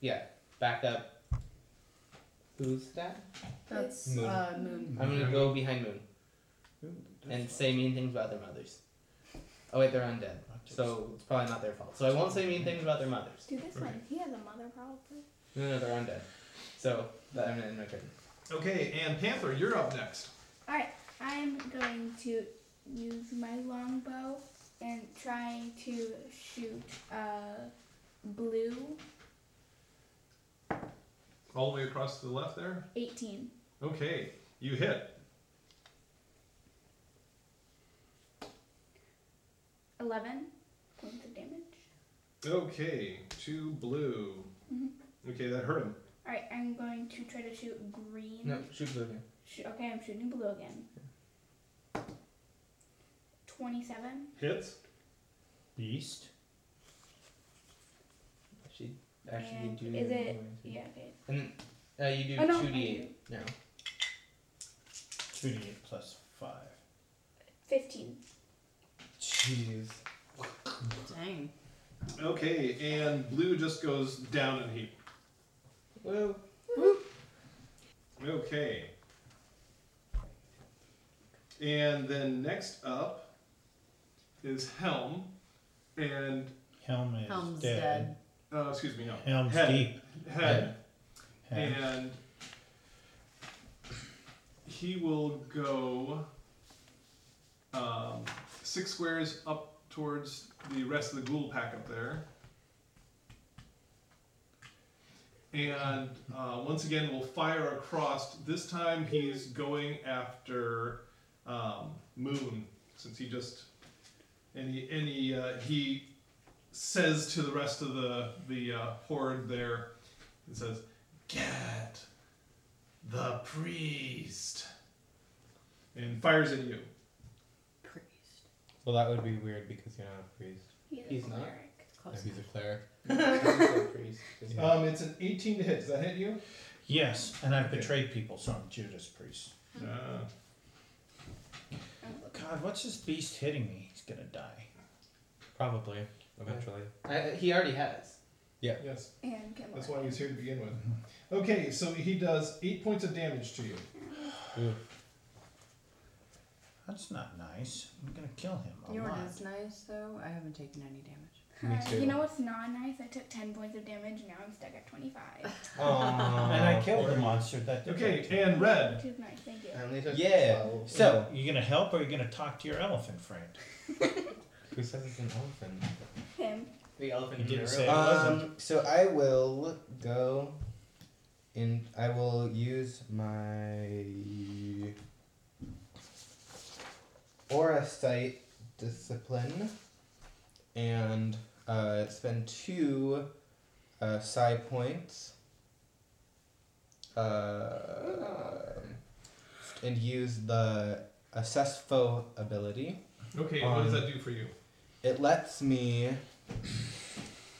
S6: yeah, back up. Who's that?
S8: That's
S3: Moon.
S8: uh, moon.
S6: I'm gonna go behind Moon and say mean things about their mothers. Oh wait, they're undead, so it's probably not their fault. So I won't say mean things about their mothers.
S2: do this
S1: Okay.
S2: one. He has a mother, probably.
S6: No, no, they're undead. So that, I'm gonna end my turn.
S1: Okay. And Panther, you're up next.
S2: I'm going to use my longbow and try to shoot uh, blue
S1: All the way across to the left there.
S2: 18.
S1: Okay. You hit.
S2: 11 points of damage.
S1: Okay. Two blue.
S2: Mhm.
S1: Okay, that hurt him.
S2: Alright, I'm going to try to shoot green.
S6: No, shoot blue again.
S2: Shoo- okay, I'm shooting blue again. 27.
S1: Hits.
S7: Beast.
S6: She actually
S2: And
S6: do.
S2: is it-
S6: more.
S2: Yeah, okay.
S6: Uh, you do
S2: Oh, no,
S6: two
S2: I
S6: d
S2: do.
S6: eight now.
S5: Two D eight plus five.
S2: 15.
S3: Jeez.
S8: Dang.
S1: Okay. And blue just goes down in a heap.
S6: [LAUGHS] Well,
S1: Okay. And then next up is Helm, and
S7: Helm is
S8: Helm's
S7: dead.
S1: uh, excuse me, no,
S7: Helm's
S1: Head.
S7: deep.
S1: Head,
S7: Head.
S1: and he will go um, six squares up towards the rest of the ghoul pack up there. And uh, once again, we'll fire across. This time, he's going after um, Moon, since he just and he and he, uh, he says to the rest of the the uh, horde there, and says, "Get the priest," and fires at you.
S8: Priest.
S3: Well, that would be weird because you're not a priest.
S2: He is a
S6: He's not.
S2: cleric.
S3: No, he's a cleric.
S6: He's a priest. He's not-
S1: Um, it's an 18 to hit. Does that hit you?
S7: Yes, and I've betrayed people, so I'm Judas Priest.
S1: Uh,
S7: God, what's this beast hitting me? He's gonna die.
S3: Probably. Eventually.
S6: I, he already has.
S1: yes,
S2: And Kimberly.
S1: that's why he was here to begin with. Okay, so he does eight points of damage to you.
S7: That's not nice. I'm gonna kill him a
S8: You know
S7: lot.
S8: what is nice though? I haven't taken any damage.
S3: Me
S2: Uh,
S3: too.
S2: you know what's not nice? I took 10 points of damage and now I'm stuck at 25.
S3: Aww.
S7: [LAUGHS] And I killed the monster that did
S1: Okay,
S7: that to me.
S1: and red.
S2: Which is nice, thank
S3: [LAUGHS]
S2: you.
S6: I only took
S3: Yeah.
S6: 12.
S3: So.
S7: you gonna help or you gonna talk to your elephant friend?
S3: Who says it's an elephant?
S6: um,
S2: Him.
S6: The elephant
S7: You
S6: in the room.
S7: didn't say it
S3: Um,
S7: wasn't.
S3: so I will go
S6: in I will use my aura sight discipline and uh, spend two uh, psi points uh, and use the assess foe ability.
S1: Okay, what does
S6: Um,
S1: that do for you?
S6: It lets me.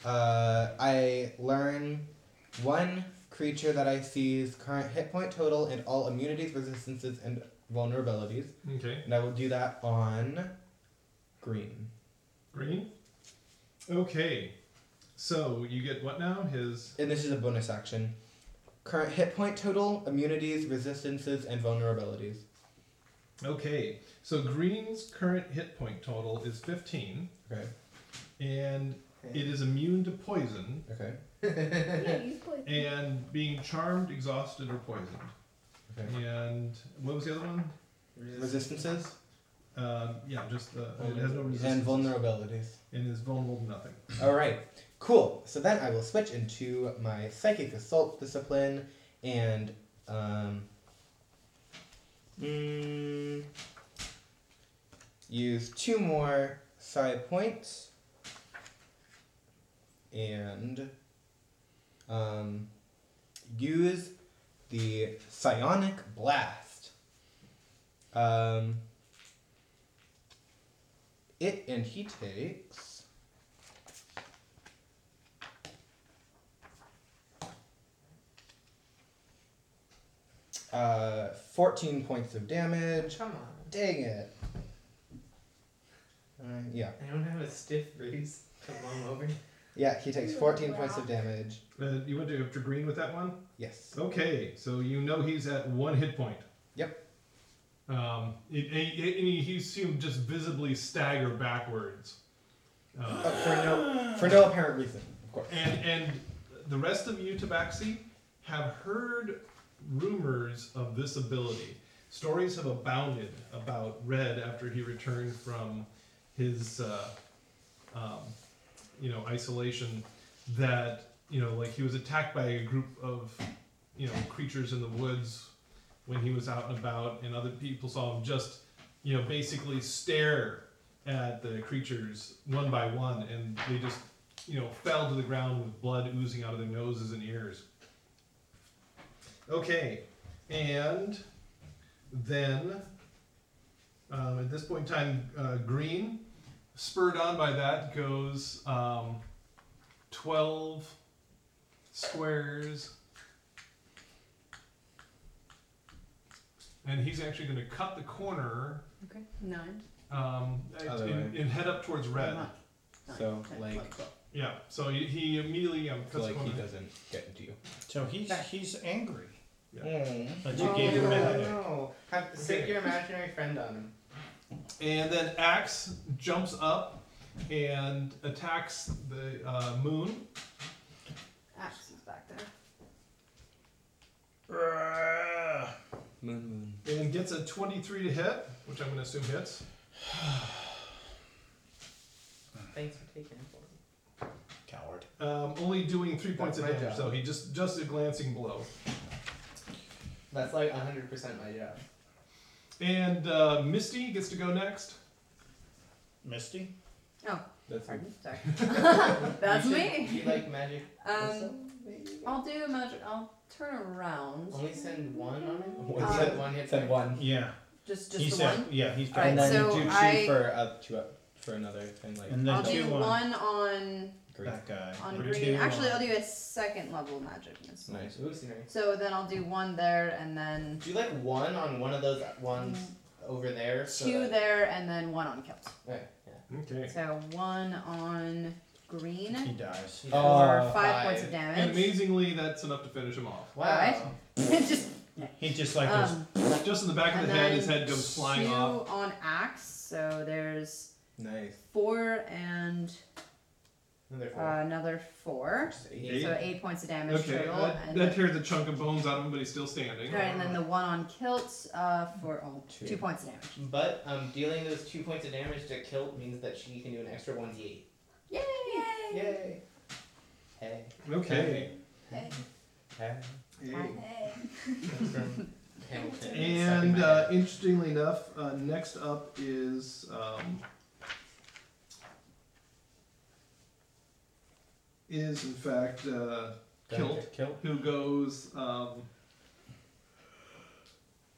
S6: Uh, I learn one creature that I see's current hit point total and all immunities, resistances, and vulnerabilities.
S1: Okay,
S6: And I will do that on green.
S1: green. Okay, so you get what now? His
S6: And this is a bonus action. Current hit point total, immunities, resistances, and vulnerabilities.
S1: okay. So green's current hit point total is fifteen,
S6: Okay.
S1: and it is immune to poison
S6: Okay.
S2: yeah, you
S1: [LAUGHS]
S2: put
S1: and being charmed, exhausted, or poisoned.
S6: Okay.
S1: And what was the other one?
S6: Resistances
S1: Um, yeah, just uh, Mm-hmm. it has no resistance
S6: and vulnerabilities.
S1: and is vulnerable to nothing.
S6: All right, cool. So then I will switch into my psychic assault discipline, and um, mm, use two more psi points, and um, use the psionic blast. Um, it and he takes. Uh, 14 points of damage.
S3: Come on.
S6: Dang it. Uh, yeah.
S3: I don't have a stiff breeze. Come on over.
S6: Yeah, he takes 14 points of damage.
S1: Uh, you went to after green with that one.
S6: Yes.
S1: Okay, so you know he's at one hit point.
S6: Yep.
S1: Um, it, it, it- and he seemed just visibly stagger backwards. Uh,
S6: But for no for no apparent reason, of course.
S1: and and the rest of you, Tabaxi, have heard rumors of this ability. Stories have abounded about Red after he returned from his, uh, um, you know, isolation. That you know, like he was attacked by a group of, you know, creatures in the woods when he was out and about, and other people saw him just, you know, basically stare at the creatures one by one, and they just you know, fell to the ground with blood oozing out of their noses and ears. Okay, and then um, at this point in time, uh, Green, spurred on by that, goes um, 12 squares. And he's actually going to cut the corner
S4: Okay. Nine.
S1: um,
S6: Other
S1: and,
S6: way.
S1: and head up towards red.
S4: Nine.
S6: So,
S4: Ten,
S6: like-
S4: eleven, twelve.
S1: Yeah, so he, he immediately um, cuts
S6: So
S1: the
S6: like he
S1: corner.
S6: doesn't get into you.
S7: So he's
S3: Back.
S7: he's angry. But you
S3: Oh,
S7: gave him a
S3: no,
S7: headache.
S3: no. Have, Stick
S1: Okay.
S3: your imaginary friend on him.
S1: And then Axe jumps up and attacks the uh, moon.
S4: Axe is back there.
S6: Moon moon.
S1: and gets a 23 to hit, which I'm going to assume hits.
S3: Thanks for taking it for me.
S7: Coward.
S1: Um, only doing three points of
S3: That's my
S1: damage,
S3: job.
S1: so he just just a glancing blow.
S3: That's like 100% my job.
S1: And uh, Misty gets to go next.
S7: Misty?
S6: That's
S10: Pardon?
S8: [LAUGHS]
S10: Sorry.
S4: [LAUGHS] That's
S3: you should-
S4: me.
S3: You like magic?
S10: Um,
S3: missile?
S4: I'll do a magic. I'll turn around.
S6: Oh.
S3: Only send one on him?
S6: One
S3: Is
S4: hit.
S3: that one hit
S6: Said
S3: point?
S6: one.
S7: Yeah.
S4: Just, just
S7: he
S4: the
S7: said,
S4: one.
S7: yeah, he's
S4: Alright,
S6: and
S7: got
S6: then
S4: so
S6: do two
S4: I-
S6: for up two up for another thing like
S7: And then
S4: I'll
S7: do
S4: do
S7: one.
S4: one on
S6: green.
S7: that guy.
S4: on
S7: or
S4: green.
S7: two
S4: Actually,
S7: on-
S4: I'll do a second level magic missile.
S6: Nice.
S3: Ooh, sorry.
S4: So then I'll do one there and then
S3: Do you like one on one of those uh, ones over there? so
S4: two
S1: uh,
S3: that-
S4: there and then one on Kelt.
S3: Right, yeah.
S1: Okay.
S4: So one on green
S7: He dies.
S4: for
S1: uh,
S6: Oh,
S4: five, points of
S1: And
S4: damage.
S1: amazingly, that's enough to finish him off.
S3: Wow.
S4: Alright. [LAUGHS] just
S7: He just like goes,
S4: um,
S1: Just in the back of
S4: and
S1: the head,
S4: then
S1: his head goes flying
S4: two
S1: off.
S4: on axe. So there's
S6: Nice.
S4: four and
S3: Another
S4: uh,
S3: four.
S4: another four.
S1: Eight.
S4: So eight points of damage
S1: Okay,
S4: total.
S1: that,
S4: and
S1: that tears a chunk of bones out of him, but he's still standing.
S4: Alright, and then the one on kilt uh, for oh, two.
S6: Two.
S4: points of damage.
S3: But um, dealing those two points of damage to kilt means that she can do an extra 1d8.
S4: Yay!
S3: Yay! Hey.
S1: Okay.
S2: it.
S6: Hey, uh,
S2: Hey.
S6: [LAUGHS] from Hamilton.
S1: And
S6: Stuck in my
S1: uh,
S6: head.
S1: interestingly enough, uh, next up is um, is in fact uh, Kilt,
S6: Kilt.
S1: who goes um,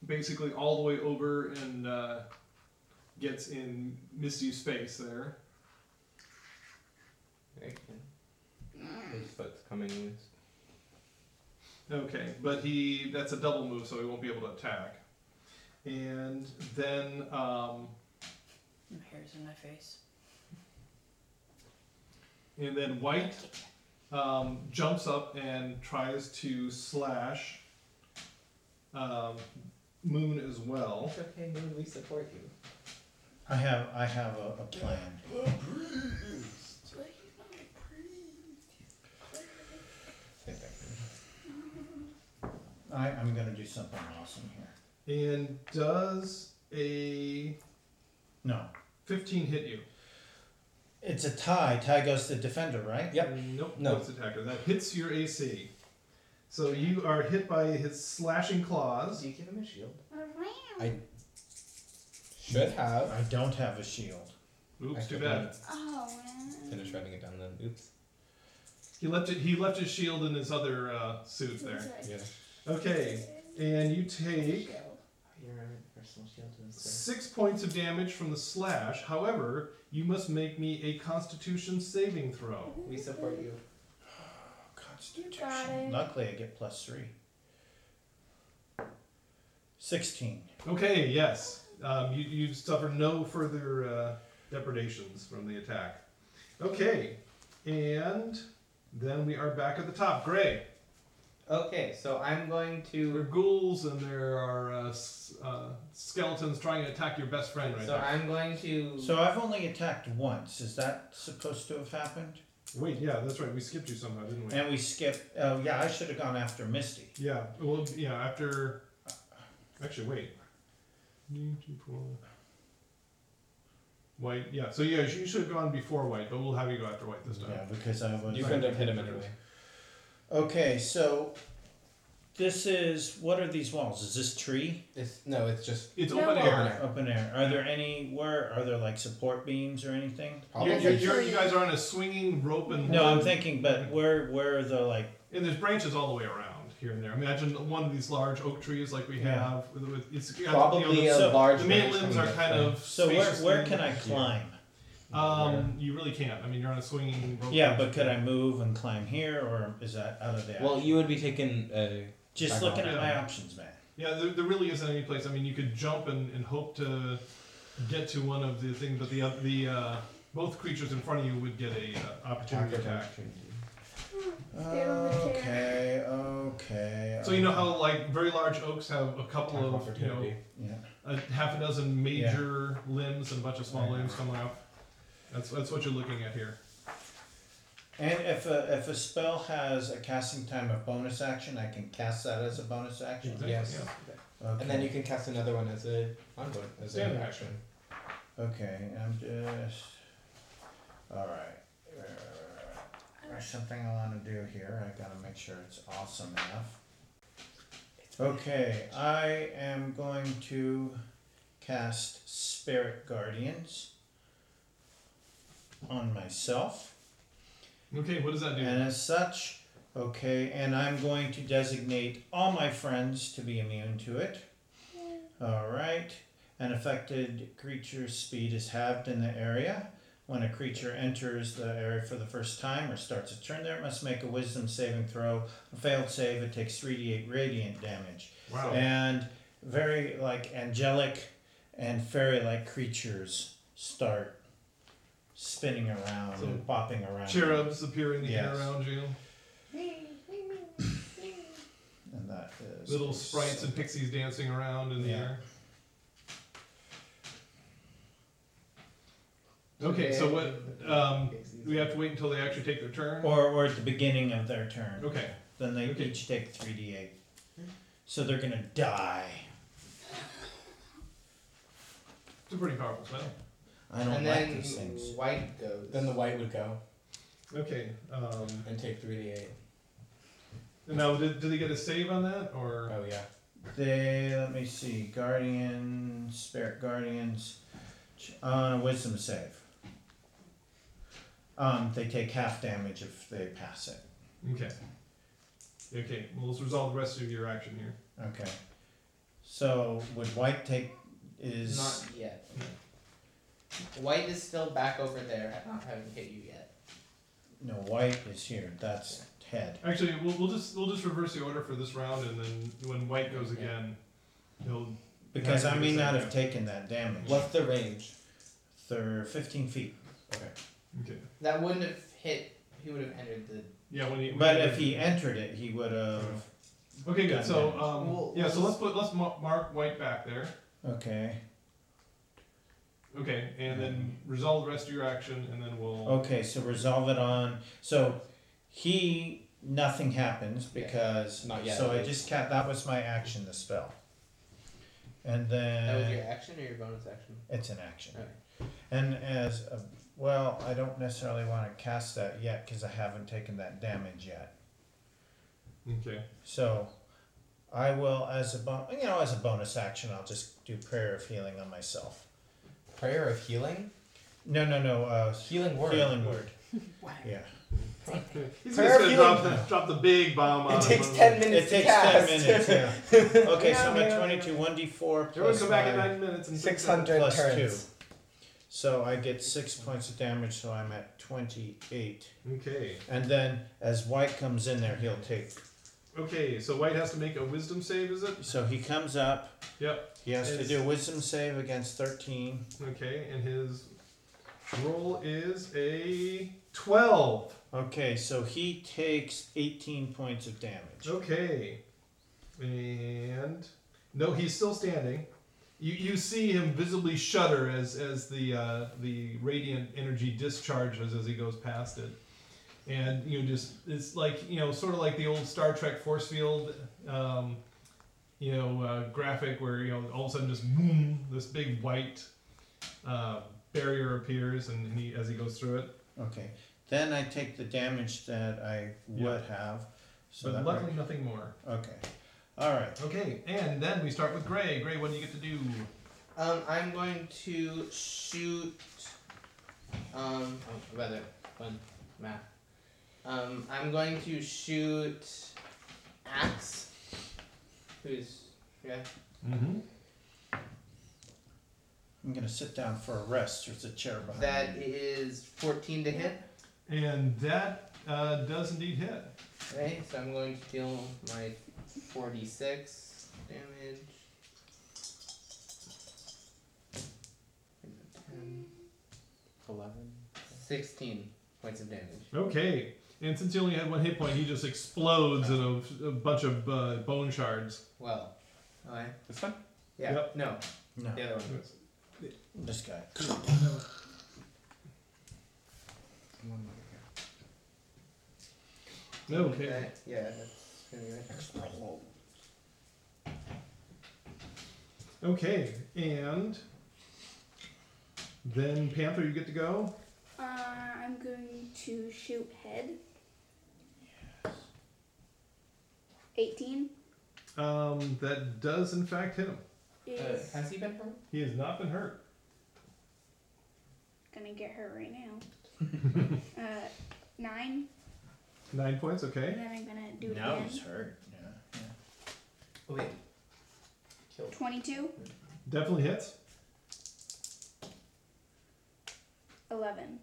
S1: basically all the way over and uh, gets in Misty's face there.
S6: Okay. His foot's coming loose.
S1: Okay, but he that's a double move, so he won't be able to attack. And then um,
S8: My hair's in my face.
S1: And then White um, jumps up and tries to slash um, Moon as well.
S6: It's okay, Moon, we support you.
S7: I have I have a, a plan. I, I'm gonna do something awesome here.
S1: And does a
S7: No.
S1: 15 hit you?
S7: It's a tie. Tie goes to defender, right?
S3: Yep.
S1: Nope.
S3: No.
S1: It's attacker. That hits your AC. So you are hit by his slashing claws.
S6: Do you give him a shield?
S2: Around.
S3: Should have.
S7: I don't have a shield.
S1: Oops,
S3: I
S1: too bad.
S3: kept
S2: Oh,
S3: on-
S2: man.
S3: Finished writing it down then. Oops.
S1: He left it. He left his shield in his other uh, suit there.
S3: Yeah.
S1: Okay, and you take
S6: Your personal shield is
S1: Six points of damage from the slash. However, you must make me a Constitution saving throw.
S6: there. We support you.
S2: got it.
S7: Constitution. Luckily, I get plus three. Sixteen.
S1: Okay, yes. Um, you, you suffer no further uh, depredations from the attack. Okay, and then we are back at the top. Gray.
S6: Okay, so I'm going
S1: There are
S6: to.
S1: ghouls and there are uh, s- uh, skeletons trying to attack your best friend right
S6: So
S1: now.
S6: I'm going to.
S7: So I've only attacked once. Is that supposed to have happened?
S1: Wait, yeah, that's right. We skipped you somehow, didn't we?
S7: And we skip. Oh yeah, I should have gone after Misty.
S1: Yeah. Well, yeah. After. Actually, wait. White. Yeah. So yeah, you should have gone before white, but we'll have you go after white this time.
S7: Yeah, because I was.
S3: You
S1: can-
S3: couldn't have hit him anyway.
S7: Okay, so this is what are these walls? Is this tree
S3: It's no. It's just
S1: It's
S2: No,
S1: open
S2: uh,
S1: air.
S7: open air? Are there any where are there like support beams or anything?
S1: You're,
S3: probably.
S1: you're- you're- you guys are on a swinging rope and
S7: No, I'm thinking, but where where are the like?
S1: and there's branches all the way around here and there. Imagine one of these large oak trees like we
S7: Yeah.
S1: have. With, with, it's got, you know,
S3: Probably
S1: the,
S3: a
S7: so
S3: large.
S1: the main
S3: branch
S1: limbs
S3: coming
S1: are
S3: up
S1: kind
S3: from-
S1: of
S7: So where
S1: spacious
S7: where
S1: and-
S7: can I climb?
S1: Um, you really can't. I mean, you're on a swinging rope.
S7: Yeah, but could I move and climb here, or is that out of the?
S3: Well,
S7: action?
S3: you would be taking. Uh,
S7: just
S3: back
S7: looking
S3: off.
S7: at my options, man.
S1: Yeah, there, there really isn't any place. I mean, you could jump and, and hope to get to one of the things, but the oth- the uh, both creatures in front of you would get a uh, opportunity attack.
S7: Okay, okay. um,
S1: So you know how like very large oaks have a couple of you know
S7: Yeah.
S1: a half a dozen major limbs and a bunch of small limbs coming out. That's that's what you're looking at here.
S7: And if a if a spell has a casting time of bonus action, I can cast that as a bonus action.
S3: Yes.
S7: Okay.
S3: And then you can cast another one as a ongoing as a
S1: Standard
S3: action.
S7: Okay, I'm just. All right. Uh, There's something I want to do here. I gotta make sure it's awesome enough. Okay, I am going to cast Spirit Guardians on myself.
S1: Okay, what does that do?
S7: And as such, okay, and I'm going to designate all my friends to be immune to it. All right. An affected creature's speed is halved in the area. When a creature enters the area for the first time or starts a turn there, it must make a wisdom saving throw. A failed save, it takes 3d8 radiant damage.
S1: wow.
S7: And very like angelic and fairy like creatures start spinning around
S1: So,
S7: and bopping around.
S1: Cherubs appear in the air
S7: Yes.
S1: around you.
S7: And that is
S1: Little sprites and pixies dancing around in the
S7: Yeah.
S1: air. Okay, so what? Um, we have to wait until they actually take their turn.
S7: or or at the beginning of their turn.
S1: Okay.
S7: Then they
S1: Okay.
S7: each take three d eight. So they're gonna die.
S1: It's a pretty powerful spell.
S7: I don't
S6: And
S7: like
S6: then
S7: these things.
S6: White goes.
S3: Then the white would go
S1: Okay. Um,
S3: and take three d eight.
S1: Now, did, did they get a save on that, or
S3: Oh yeah.
S7: They let me see. Guardian, spirit guardians, ch- on a wisdom save. Um, they take half damage if they pass it.
S1: okay? Okay, well, let's resolve the rest of your action here.
S7: Okay. So would white take is
S6: Not yet. White is still back over there. I not haven't hit you yet.
S7: no white is here. That's head.
S1: Actually, we'll, we'll just we'll just reverse the order for this round, and then when white goes again, he'll
S7: Because
S1: Yeah,
S7: I may
S1: it's
S7: not
S1: like-
S7: have taken that damage.
S3: What's the range?
S7: They're fifteen feet.
S1: okay.
S6: That wouldn't have hit. He would have entered the.
S1: Yeah, when he when
S7: But if he entered it, he would have.
S1: okay, good.
S7: Gun
S1: So
S7: damage.
S1: um,
S6: We'll-
S1: yeah,
S6: we'll
S1: so let's put let's mar- mark white back there.
S7: Okay.
S1: Okay, and then resolve the rest of your action, and then we'll.
S7: Okay. So resolve it on. So he nothing happens
S6: Yeah.
S7: because.
S6: Not yet.
S7: So I just cat. That was my action. The spell. And
S6: That was
S7: then
S6: your action or your bonus action?
S7: it's an action.
S6: Okay.
S7: And as a, well, I don't necessarily want to cast that yet because I haven't taken that damage yet.
S1: Okay.
S7: So I will, as a bon- you know, as a bonus action, I'll just do prayer of healing on myself.
S3: Prayer of healing.
S7: No, no, no. Uh,
S3: Healing word.
S7: healing word.
S4: Wow.
S7: Yeah.
S1: He's
S3: Prayer
S1: just gonna
S3: healing.
S1: drop the, drop the big bomb.
S3: It
S1: on
S3: takes
S1: him.
S3: ten
S7: It
S3: minutes.
S7: takes
S3: to
S7: ten
S3: cast.
S1: [LAUGHS]
S7: minutes. Yeah. Okay, so I'm
S3: Yeah, yeah,
S7: at twenty-two. One d four
S1: Everyone
S7: plus
S1: come back in
S7: my-
S1: nine minutes and
S3: Six hundred
S7: Plus
S3: turns.
S7: So I get six points of damage. So I'm at twenty-eight.
S1: Okay.
S7: And then as White comes in there, he'll take.
S1: Okay. So white has to make a wisdom save, is it?
S7: So he comes up.
S1: Yep.
S7: He has to
S1: Is-
S7: do a wisdom save against thirteen.
S1: Okay, and his roll is a twelve.
S7: Okay, so he takes 18 points of damage.
S1: Okay. And no, he's still standing. You you see him visibly shudder as as the uh, the radiant energy discharges as he goes past it, and you know, just it's like you know sort of like the old Star Trek force field, um, you know uh, graphic where you know all of a sudden just boom this big white uh, barrier appears and, he as he goes through it.
S7: Okay, then I take the damage that I would have. So
S1: but
S7: that
S1: luckily nothing more.
S7: Okay, all right.
S1: Okay, and then we start with Gray. Gray, what do you get to do?
S6: Um, I'm going to shoot. Um, oh, rather fun math. Um, I'm going to shoot Axe. Who's yeah?
S1: Mm-hmm.
S7: I'm gonna sit down for a rest. There's a chair behind
S6: That
S7: me.
S6: is 14 to hit.
S1: And that uh, does indeed hit.
S6: Okay, so I'm going to deal my 46 damage. Ten, 11, 16 points of damage.
S1: Okay. And since he only had one hit point, he just explodes in a, a bunch of uh, bone shards.
S6: Well, okay.
S3: This one?
S6: Yeah,
S1: Yep.
S6: no,
S7: No,
S6: the other one.
S7: this guy.
S1: No, okay.
S6: Okay, yeah, that's gonna be it.
S1: Okay, and then Panther, you get to go.
S2: Uh, I'm going to shoot head. 18.
S1: Um, that does in fact hit him.
S6: Uh,
S2: Is
S6: has he been hurt?
S1: He has not been hurt.
S2: gonna get her right now. uh, 9.
S1: Nine points,
S2: And
S1: okay.
S2: then I'm gonna do it
S7: Now
S2: again.
S7: he's hurt. Yeah.
S6: Oh, wait.
S2: 22.
S1: Definitely hits.
S2: 11.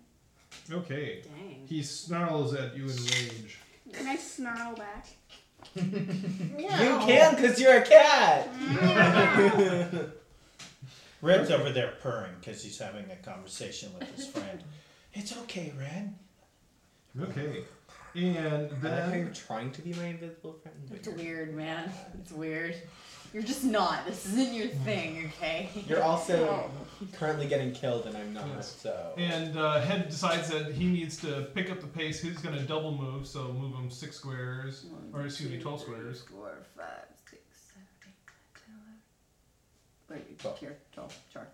S1: Okay.
S4: Dang.
S1: He snarls at you in rage.
S2: Can I snarl back?
S3: You can, cause you're a cat.
S7: Red's over there purring because he's having a conversation with his friend.
S3: [LAUGHS]
S7: It's okay, Red.
S1: Okay. And
S6: I like how you're
S1: then.
S6: trying to be my invisible friend. but
S4: It's weird, man. It's weird. You're just not. This isn't your thing, okay?
S3: You're also currently getting killed, and I'm not. So.
S1: And uh, Head decides that he needs to pick up the pace. He's going to double move, so move him six squares. Or, excuse me, 12 squares.
S4: Four, five, six, seven, eight, nine, ten, eleven. Wait,
S3: Twelve.
S4: here, twelve, sure.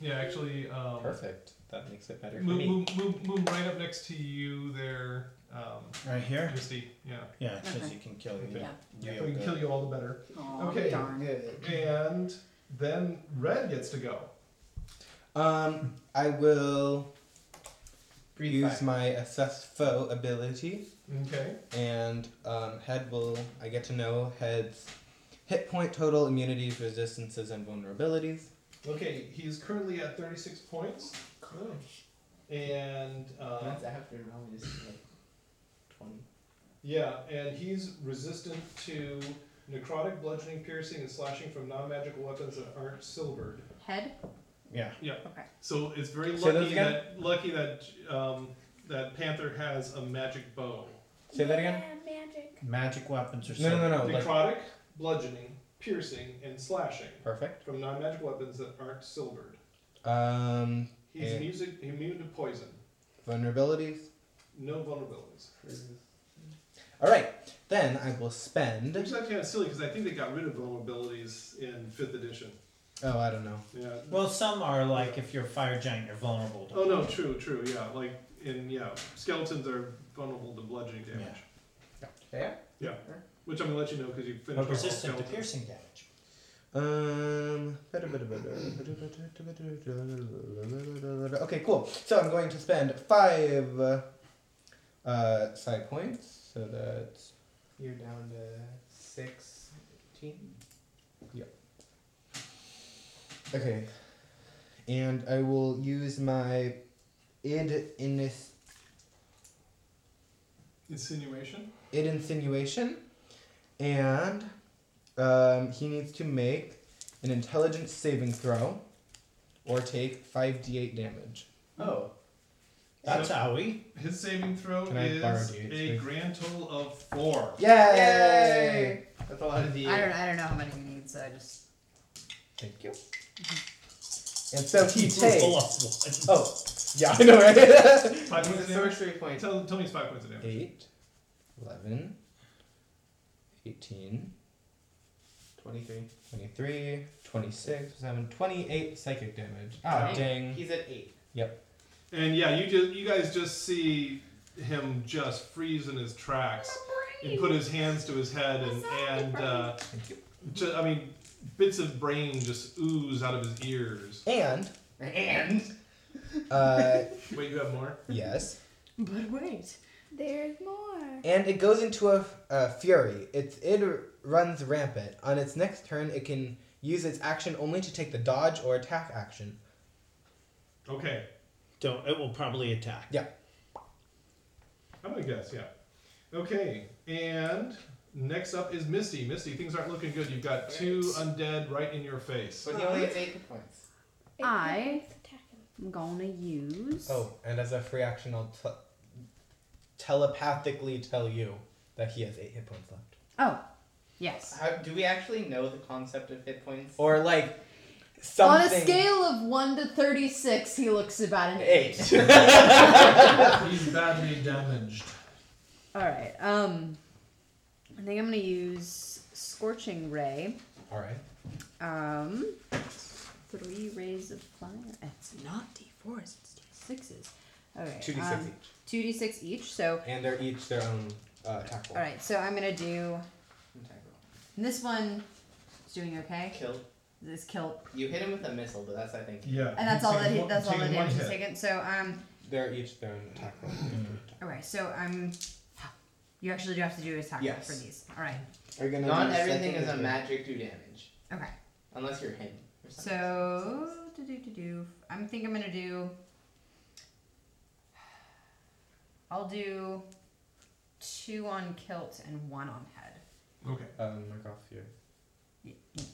S1: Yeah, actually, um,
S3: Perfect. That makes it better for
S1: move,
S3: me.
S1: move, move, move right up next to you there, Um,
S11: Right here?
S1: Misty, yeah.
S11: Yeah, because
S4: Okay.
S11: he can kill you.
S1: Okay.
S11: Yeah.
S1: We can kill you all the better.
S4: Aw,
S1: Okay.
S4: darn.
S1: And then Red gets to go.
S3: Um, I will
S6: Breathe
S3: use
S6: fire.
S3: my assess foe ability,
S1: Okay.
S3: and um, head will. I get to know head's hit point total, immunities, resistances, and vulnerabilities.
S1: Okay, he's currently at 36 points.
S6: Oh.
S1: And um,
S6: That's after normally just like twenty.
S1: yeah, and he's resistant to necrotic, bludgeoning, piercing, and slashing from non-magical weapons that aren't silvered.
S4: Head?
S11: Yeah.
S1: So it's very
S3: Say those
S1: lucky
S3: again?
S1: that lucky that um, that Panther has a magic bow.
S3: Say that again?
S2: Yeah, magic.
S11: Magic weapons are
S3: No, no, no, no. Oh, Like,
S1: Necrotic, bludgeoning, piercing, and slashing
S3: perfect.
S1: from non-magic weapons that aren't silvered.
S3: Um,
S1: He's
S3: Yeah.
S1: music, immune to poison.
S3: vulnerabilities.
S1: No vulnerabilities.
S3: All right. Then I will spend.
S1: Which is actually kind of silly because I think they got rid of vulnerabilities in fifth edition.
S3: Oh, I don't know.
S1: Yeah.
S7: Well, some are like if you're a fire giant, you're vulnerable to
S1: Oh no, true, true. Yeah, like in yeah, skeletons are vulnerable to bludgeoning damage.
S6: Yeah.
S1: Yeah. Which I'm gonna let you know because you finished.
S7: but
S1: off all
S7: resistant to
S1: skeletons.
S7: piercing damage.
S3: Um. Okay, cool. So I'm going to spend five uh, psi points. So that's
S6: You're down to sixteen.
S3: okay, and I will use my id in this
S1: Insinuation.
S3: it insinuation, and um, he needs to make an intelligence saving throw, or take five d8 damage.
S6: Oh.
S7: That's owie.
S1: His saving throw
S3: Can I borrow
S1: is
S3: D8,
S1: a
S3: please?
S1: grand total of four.
S3: Yay!
S6: That's a lot of D.
S12: I don't. I don't know how many you need, so I just.
S3: Thank you. And so
S7: [LAUGHS]
S3: he takes.
S7: Full of blood.
S3: Oh, yeah, I know, right? [LAUGHS]
S1: Five points of damage.
S6: sorcery point.
S1: Tell, tell me it's five points of damage.
S3: 8, 11, 18,
S6: Twenty-three.
S3: 23, 26, 27, 28 psychic damage. Ah,
S1: Wow.
S3: dang.
S6: He's at eight.
S1: And yeah, you just you guys just see him just freeze in his tracks and put his hands to his head and and uh, ju- I mean bits of brain just ooze out of his ears.
S3: And,
S6: And
S3: uh,
S1: Wait, you have more?
S3: yes.
S13: But wait.
S2: There's more.
S3: And it goes into a, a fury. It's, it runs rampant. On its next turn, it can use its action only to take the dodge or attack action.
S1: Okay,
S7: Don't, it will probably attack.
S1: I'm gonna guess. Yeah. Okay, and next up is Misty. Misty, things aren't looking good. You've got two undead right in your face.
S6: so he only has eight hit points.
S2: It
S4: I-
S2: keeps attacking.
S4: I'm gonna use.
S3: Oh, and as a free action, I'll te- telepathically tell you that he has 8 hit points left.
S4: Oh, yes.
S6: How do we actually know the concept of hit points?
S3: Or, like, something.
S4: On a scale of 1 to 36, he looks about an 8. [LAUGHS]
S3: [LAUGHS]
S1: He's badly damaged.
S4: Alright, um. I think I'm gonna use Scorching Ray.
S3: Alright.
S4: Um. Three rays of fire. It's not D4s, it's D6s. Okay.
S3: 2d6
S4: um,
S3: each.
S4: 2d6 each, so.
S3: And they're each their own uh, attack roll.
S4: Alright, so I'm gonna do. and this one is doing okay.
S6: Kill.
S4: This kill.
S6: You hit him with a missile, but that's I think.
S1: Yeah.
S4: And that's all that he, that's all the
S1: that
S4: damage he's taken. So, um.
S3: They're each their own attack roll.
S4: Okay, so I'm. You actually do have to do a tackle
S3: Yes.
S4: for these. All right.
S3: Are you gonna
S6: Not
S3: do the
S6: everything
S3: second
S6: is
S3: or
S6: a
S3: third?
S6: magic do damage,
S4: Okay.
S6: unless you're him. Or something.
S4: So do do do do. I'm think I'm gonna do. I'll do two on kilt and one on head.
S1: Okay.
S3: Um, like off
S4: [LAUGHS]
S3: here.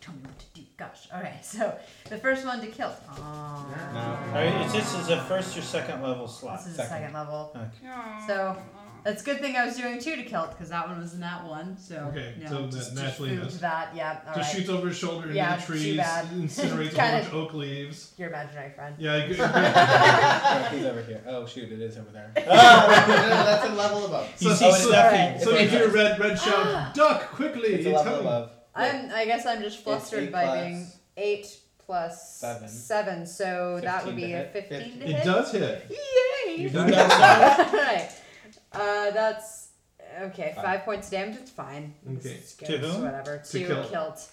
S4: Tell me what to do. Gosh. Okay. So the first one to kilt. Oh.
S3: No.
S7: All right, is this is a first or second level slot?
S4: This is the
S3: Second.
S4: second level.
S7: Okay.
S4: So that's a good thing I was doing two to kilt because that one was in that one. So
S1: Okay,
S4: no,
S1: so
S4: just,
S1: na-
S4: just
S1: naturally
S4: moved
S1: missed.
S4: that. Yeah. All right.
S1: Just shoots over his shoulder into
S4: Yeah,
S1: the
S4: too
S1: trees,
S4: bad. [LAUGHS]
S1: incinerates a whole
S4: Kinda-
S1: bunch of oak leaves.
S4: Your imaginary friend.
S1: Yeah, you-
S4: [LAUGHS]
S3: Oh, he's over here. Oh, shoot, it is over there.
S6: [LAUGHS] no, no, that's a level above.
S1: [LAUGHS]
S7: You
S1: So-
S7: see
S1: oh, it's-
S7: stuffing.
S4: Alright.
S1: so you hear red, red
S4: Ah.
S1: shout, duck quickly!
S3: It's a uh,
S1: it's
S3: level
S1: coming."
S3: above.
S4: I'm. I guess I'm just
S3: It's
S4: flustered
S3: eight
S4: by
S3: plus- Oh,
S4: being eight plus
S3: Seven.
S4: seven. So that
S6: 15
S4: would be
S6: to
S4: a
S6: hit.
S4: fifteen to
S1: It
S4: hit.
S1: does hit.
S4: Yay! Yay!
S3: done
S4: [LAUGHS] Alright. Uh, that's. Okay, five, points of damage, it's fine.
S1: Okay.
S4: It's good,
S7: To
S4: it's
S7: whom?
S4: Whatever.
S1: To Kilt.
S4: Kilt.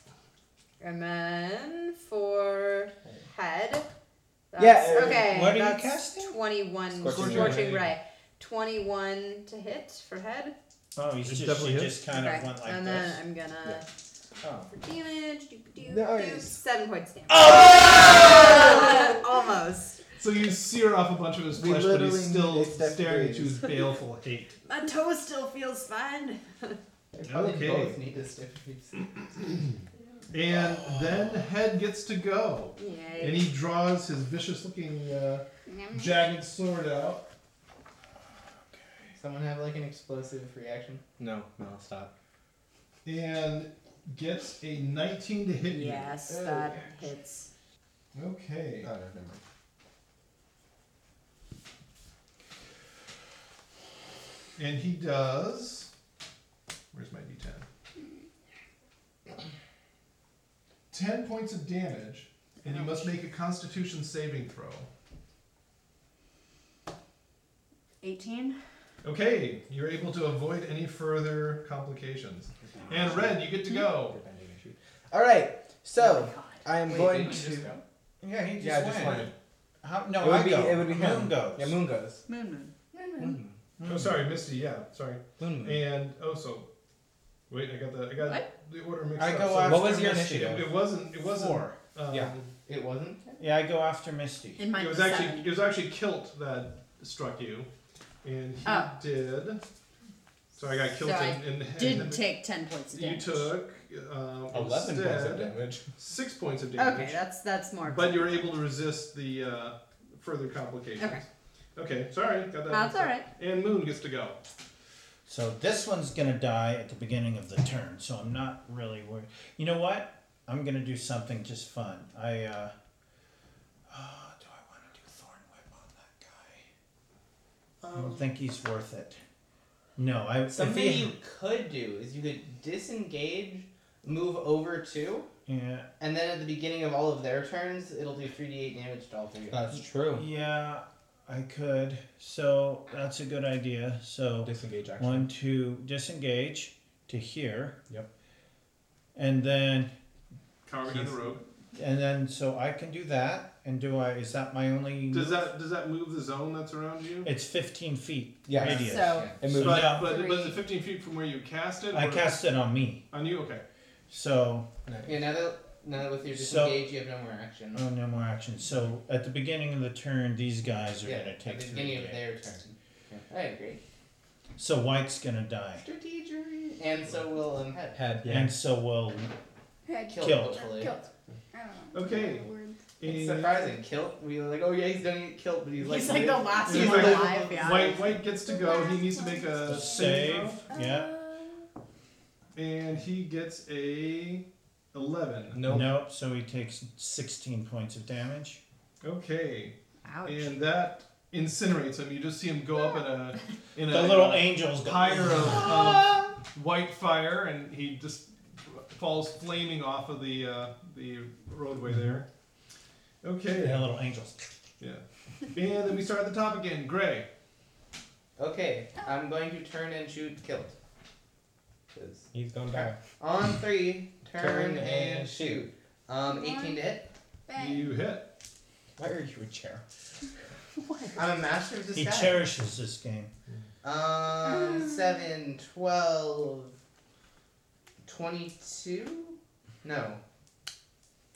S4: And then for head. That's,
S3: Yeah, uh,
S4: okay.
S7: what are you
S4: that's
S7: casting?
S4: 21.
S3: Scorching
S4: Scorching,
S3: Ray.
S4: ray. 21 to hit for head.
S7: Oh, he's
S1: It
S7: just,
S1: definitely
S7: she
S1: hits.
S7: just kind of
S4: okay.
S7: went like
S4: and
S7: this.
S4: then I'm gonna.
S3: Oh.
S4: For damage. Doop, doop, doop,
S3: Nice.
S4: seven points damage.
S8: [LAUGHS]
S4: Oh! Almost.
S1: So you sear off a bunch of his
S3: We
S1: flesh, but
S3: literally
S1: he's still
S3: need a death
S1: staring at you
S3: raise.
S1: with baleful hate.
S4: My toe still feels fine.
S6: They probably
S1: Okay.
S6: both need to stiff freeze.
S1: And then Head gets to go. And
S4: Yay.
S1: he draws his vicious looking uh, jagged sword out.
S6: Someone have like an explosive reaction.
S3: No, Mel, stop.
S1: and gets a 19 to hit you.
S4: Yes, that hits.
S1: Okay.
S3: Oh, no, never mind.
S1: And he does. Where's my d10? 10 points of damage, and you must make a constitution saving throw.
S2: 18.
S1: Okay, you're able to avoid any further complications. And Red, you get to go.
S3: All right,
S1: Oh.
S8: Oh
S3: so I am
S6: Wait,
S3: going
S6: didn't you
S3: to.
S6: just go?
S7: yeah, he just
S3: Yeah, I
S7: went.
S3: just wanted.
S7: How, no,
S3: it would
S7: I
S3: be.
S7: go.
S3: It would be him.
S7: Moon goes.
S3: Yeah, Moon goes.
S8: Moon Moon.
S3: Moon,
S1: Oh, sorry, Misty. Yeah, sorry.
S3: Moon. Moon.
S1: And oh, so wait, I got the I got the order mixed
S7: I
S1: up.
S7: go
S1: so
S7: after
S3: What was your
S7: Misty.
S1: it,
S3: initiative?
S1: it wasn't. It wasn't.
S7: Four.
S1: Um,
S3: Yeah.
S6: It wasn't.
S7: Yeah, I go after Misty.
S8: And mine
S1: It was actually it was actually Kilt that struck you, and he
S8: Oh.
S1: did. So I got Kilt
S8: So I
S1: and, and, and
S8: Did
S1: then
S8: take 10 points of
S1: you
S8: damage.
S1: took uh,
S3: Eleven
S1: instead,
S3: points of damage.
S1: six points of damage.
S8: Okay, that's that's more.
S1: But you were able to resist the uh, further complications.
S8: Okay.
S1: Okay, sorry, got that.
S8: That's
S1: mixed up.
S8: all right.
S1: And Moon gets to go.
S7: So this one's gonna die at the beginning of the turn, so I'm not really worried. You know what? I'm gonna do something just fun. I uh oh, do I wanna do Thorn Whip on that guy? I don't think he's worth it. No, I if
S6: Something
S7: he-
S6: you could do is you could disengage, move over two,
S7: Yeah.
S6: and then at the beginning of all of their turns, it'll do three d eight damage to all three. of them.
S3: [LAUGHS] That's true.
S7: Yeah, I could. So that's a good idea. So
S3: Disengage action.
S7: one, two, disengage to here.
S3: Yep.
S7: And then
S1: Carving down the road.
S7: and then so I can do that. And do I is that my only
S1: Does that does that move the zone that's around you?
S7: It's 15 feet
S3: Yeah.
S7: radius.
S8: So
S3: It
S7: So
S3: moves.
S1: but,
S7: no.
S1: but, but
S8: Three.
S1: is it 15 feet from where you cast it?
S7: I
S1: or-
S7: cast it on me.
S1: On you? Okay.
S7: So,
S6: Yeah, now that now that with your
S7: So-
S6: disengage, you have no more action.
S7: oh, no more action. So, at the beginning of the turn, these guys are
S6: yeah,
S7: going to
S6: at
S7: take
S6: the
S7: three.
S6: beginning of
S7: damage.
S6: their turn. Yeah, I agree.
S7: So, White's going to die.
S6: Strategery, and so will um, head.
S3: Head. Yeah.
S7: And so, will
S2: Head.
S6: Kill,
S7: Kill.
S6: hopefully.
S2: Kilt. I don't know.
S1: Okay.
S2: Words.
S6: It's
S1: And-
S6: surprising. Kilt. We were like, oh yeah, he's gonna get killed, but he's like.
S8: he's like the last
S1: He's
S8: one
S1: like-
S8: alive. Yeah.
S1: White, White gets to go. He needs to make a
S7: save. Yeah.
S2: Uh,
S1: and he gets a eleven.
S3: Nope.
S7: Nope. So, he takes 16 points of damage.
S1: Okay,
S8: Ouch.
S1: and that incinerates him. You just see him go up in a in
S7: The
S1: a
S7: little angel's go-
S1: pyre of,
S7: Um,
S1: of white fire, and he just falls flaming off of the uh, the roadway there.
S7: [LAUGHS] The
S1: Okay,
S7: little angels.
S1: yeah, and then we start at the top again. Gray.
S6: Okay, I'm going to turn and shoot Kilt. 'Cause-
S3: He's gone back.
S6: On three, turn,
S3: Turn
S6: and
S3: and
S6: shoot. Um, 18 to hit.
S2: Bang.
S1: You hit.
S3: Why are you a chair?
S6: I'm a master of
S7: He
S6: disguise.
S7: cherishes this game.
S6: Um, 7, 12, 22? No.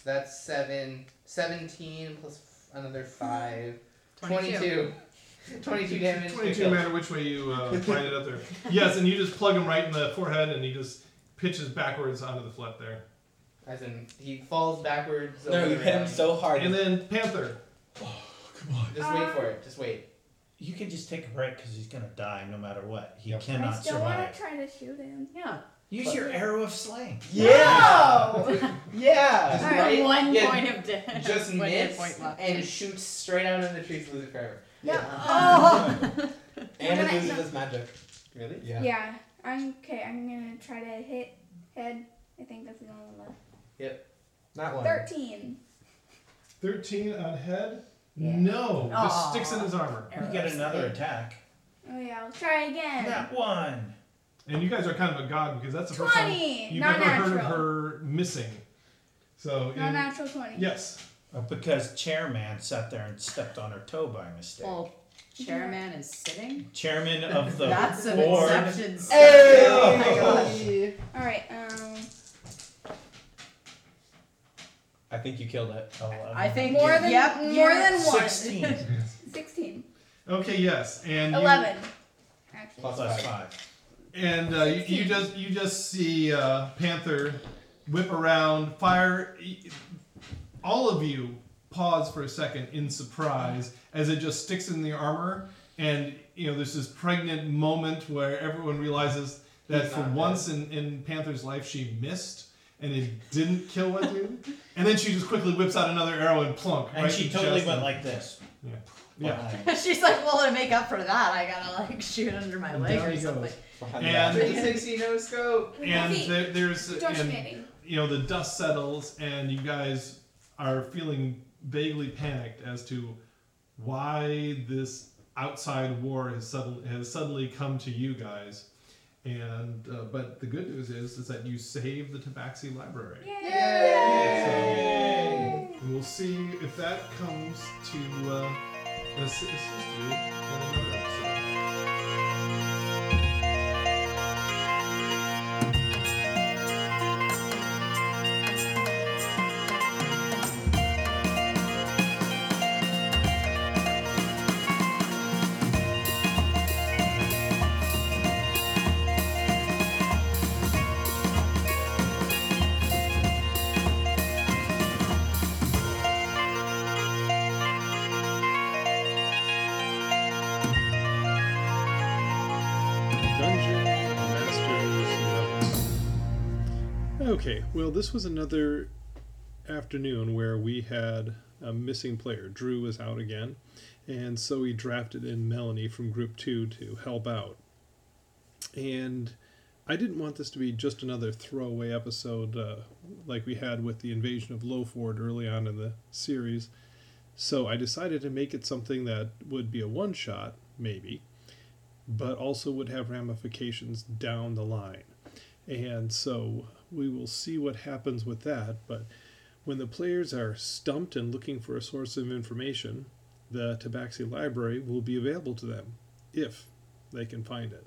S6: That's 7, 17 plus f- another 5. [LAUGHS] 22. 22 damage. to
S1: Twenty-two.
S6: Kilt.
S1: No matter which way you uh, line it up
S2: [LAUGHS]
S1: there. Yes, and you just plug him right in the forehead, and he just pitches backwards onto the flat there.
S6: As in, he falls backwards.
S3: No,
S6: over
S3: you
S6: the
S3: hit him
S6: railing.
S3: so hard.
S1: And then Panther.
S6: Just wait for it. Just wait.
S7: You can just take a break because he's going to die no matter what. He
S3: Yep.
S2: I
S7: cannot
S2: still want
S7: survive.
S2: to try to shoot him.
S8: yeah.
S7: Use your arrow of slaying.
S6: Yeah!
S3: Yeah.
S6: Just
S8: Alright,
S6: right-
S8: one
S6: [LAUGHS] yeah,
S8: point of damage.
S6: just
S8: one hit
S6: miss
S8: point left.
S6: and shoots straight out into the trees to lose it forever.
S1: [LAUGHS]
S8: Oh.
S3: And it
S2: Gonna-
S3: loses its magic.
S6: Really?
S3: Yeah.
S2: Yeah. I'm okay. I'm gonna try to hit head. I think that's the only one left.
S3: Not one.
S2: Thirteen.
S1: Thirteen on head.
S2: Yeah.
S14: No, just
S4: Aw.
S14: sticks in his armor.
S7: You get another attack.
S2: Oh yeah, I'll try again.
S7: That one.
S14: And you guys are kind of a god because that's the first time
S2: 20,
S14: you've
S2: not
S14: ever heard of
S2: natural.
S14: her missing. So in-
S2: Not natural twenty.
S14: yes,
S7: Oh, Because chairman sat there and stepped on her toe by mistake.
S4: Well, chairman is sitting.
S7: Chairman of the
S4: [LAUGHS] That's an
S7: board.
S4: exception.
S2: Oh
S4: my gosh.
S2: All right. Um,
S3: I think you killed it.
S4: I think
S2: More than-
S4: yep,
S2: more
S4: you're
S2: than one.
S7: Sixteen
S4: [LAUGHS]
S2: sixteen.
S14: okay, yes, and you-
S2: Eleven. Actually.
S3: Plus
S7: plus
S3: five.
S7: five.
S14: And uh, you, you just you just see uh, Panther whip around, fire. e, All of you pause for a second in surprise as it just sticks in the armor, and you know there's this pregnant moment where everyone realizes that
S6: He's
S14: for
S6: not
S14: once in, in Panther's life she missed and it didn't kill one dude, and then she just quickly whips out another arrow and plunk.
S15: And
S14: right
S15: she
S14: in
S15: totally
S14: Justin.
S15: went like this.
S14: yeah.
S4: [LAUGHS] She's like, well, to make up for that, I gotta like shoot under my leg
S14: There
S4: or
S14: he goes.
S4: something.
S3: Behind
S14: And-
S3: that.
S6: With the 60 no scope.
S14: And
S2: Luffy,
S14: there, there's
S2: Don't shoot
S14: and-
S2: me. Eddie.
S14: you know the dust settles and you guys are feeling vaguely panicked as to why this outside war has suddenly has suddenly come to you guys and uh, but the good news is is that you saved the tabaxi library
S3: Yay!
S14: So, we'll see if that comes to uh, assi- assist you in another episode
S1: Dungeon Masters Notes. Okay, well, this was another afternoon where we had a missing player. Drew was out again, and so we drafted in Melanie from Group 2 to help out. And I didn't want this to be just another throwaway episode uh, like we had with the invasion of Lowford early on in the series. So I decided to make it something that would be a one shot, maybe but also would have ramifications down the line. And so we will see what happens with that. But when the players are stumped and looking for a source of information, the Tabaxi Library will be available to them if they can find it.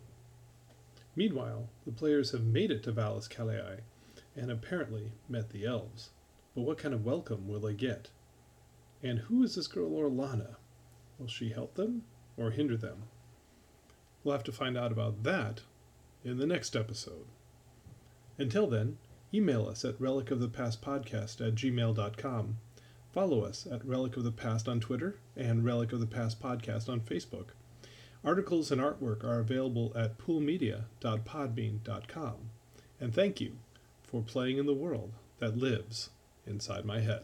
S1: Meanwhile, the players have made it to Valis Calei and apparently met the elves. But what kind of welcome will they get? And who is this girl Orlana? Will she help them or hinder them? We'll have to find out about that in the next episode. Until then, email us at relicofthepastpodcast at gmail.com. Follow us at Relic of the Past on Twitter and Relic of the Past Podcast on Facebook. Articles and artwork are available at poolmedia.podbean.com. And thank you for playing in the world that lives inside my head.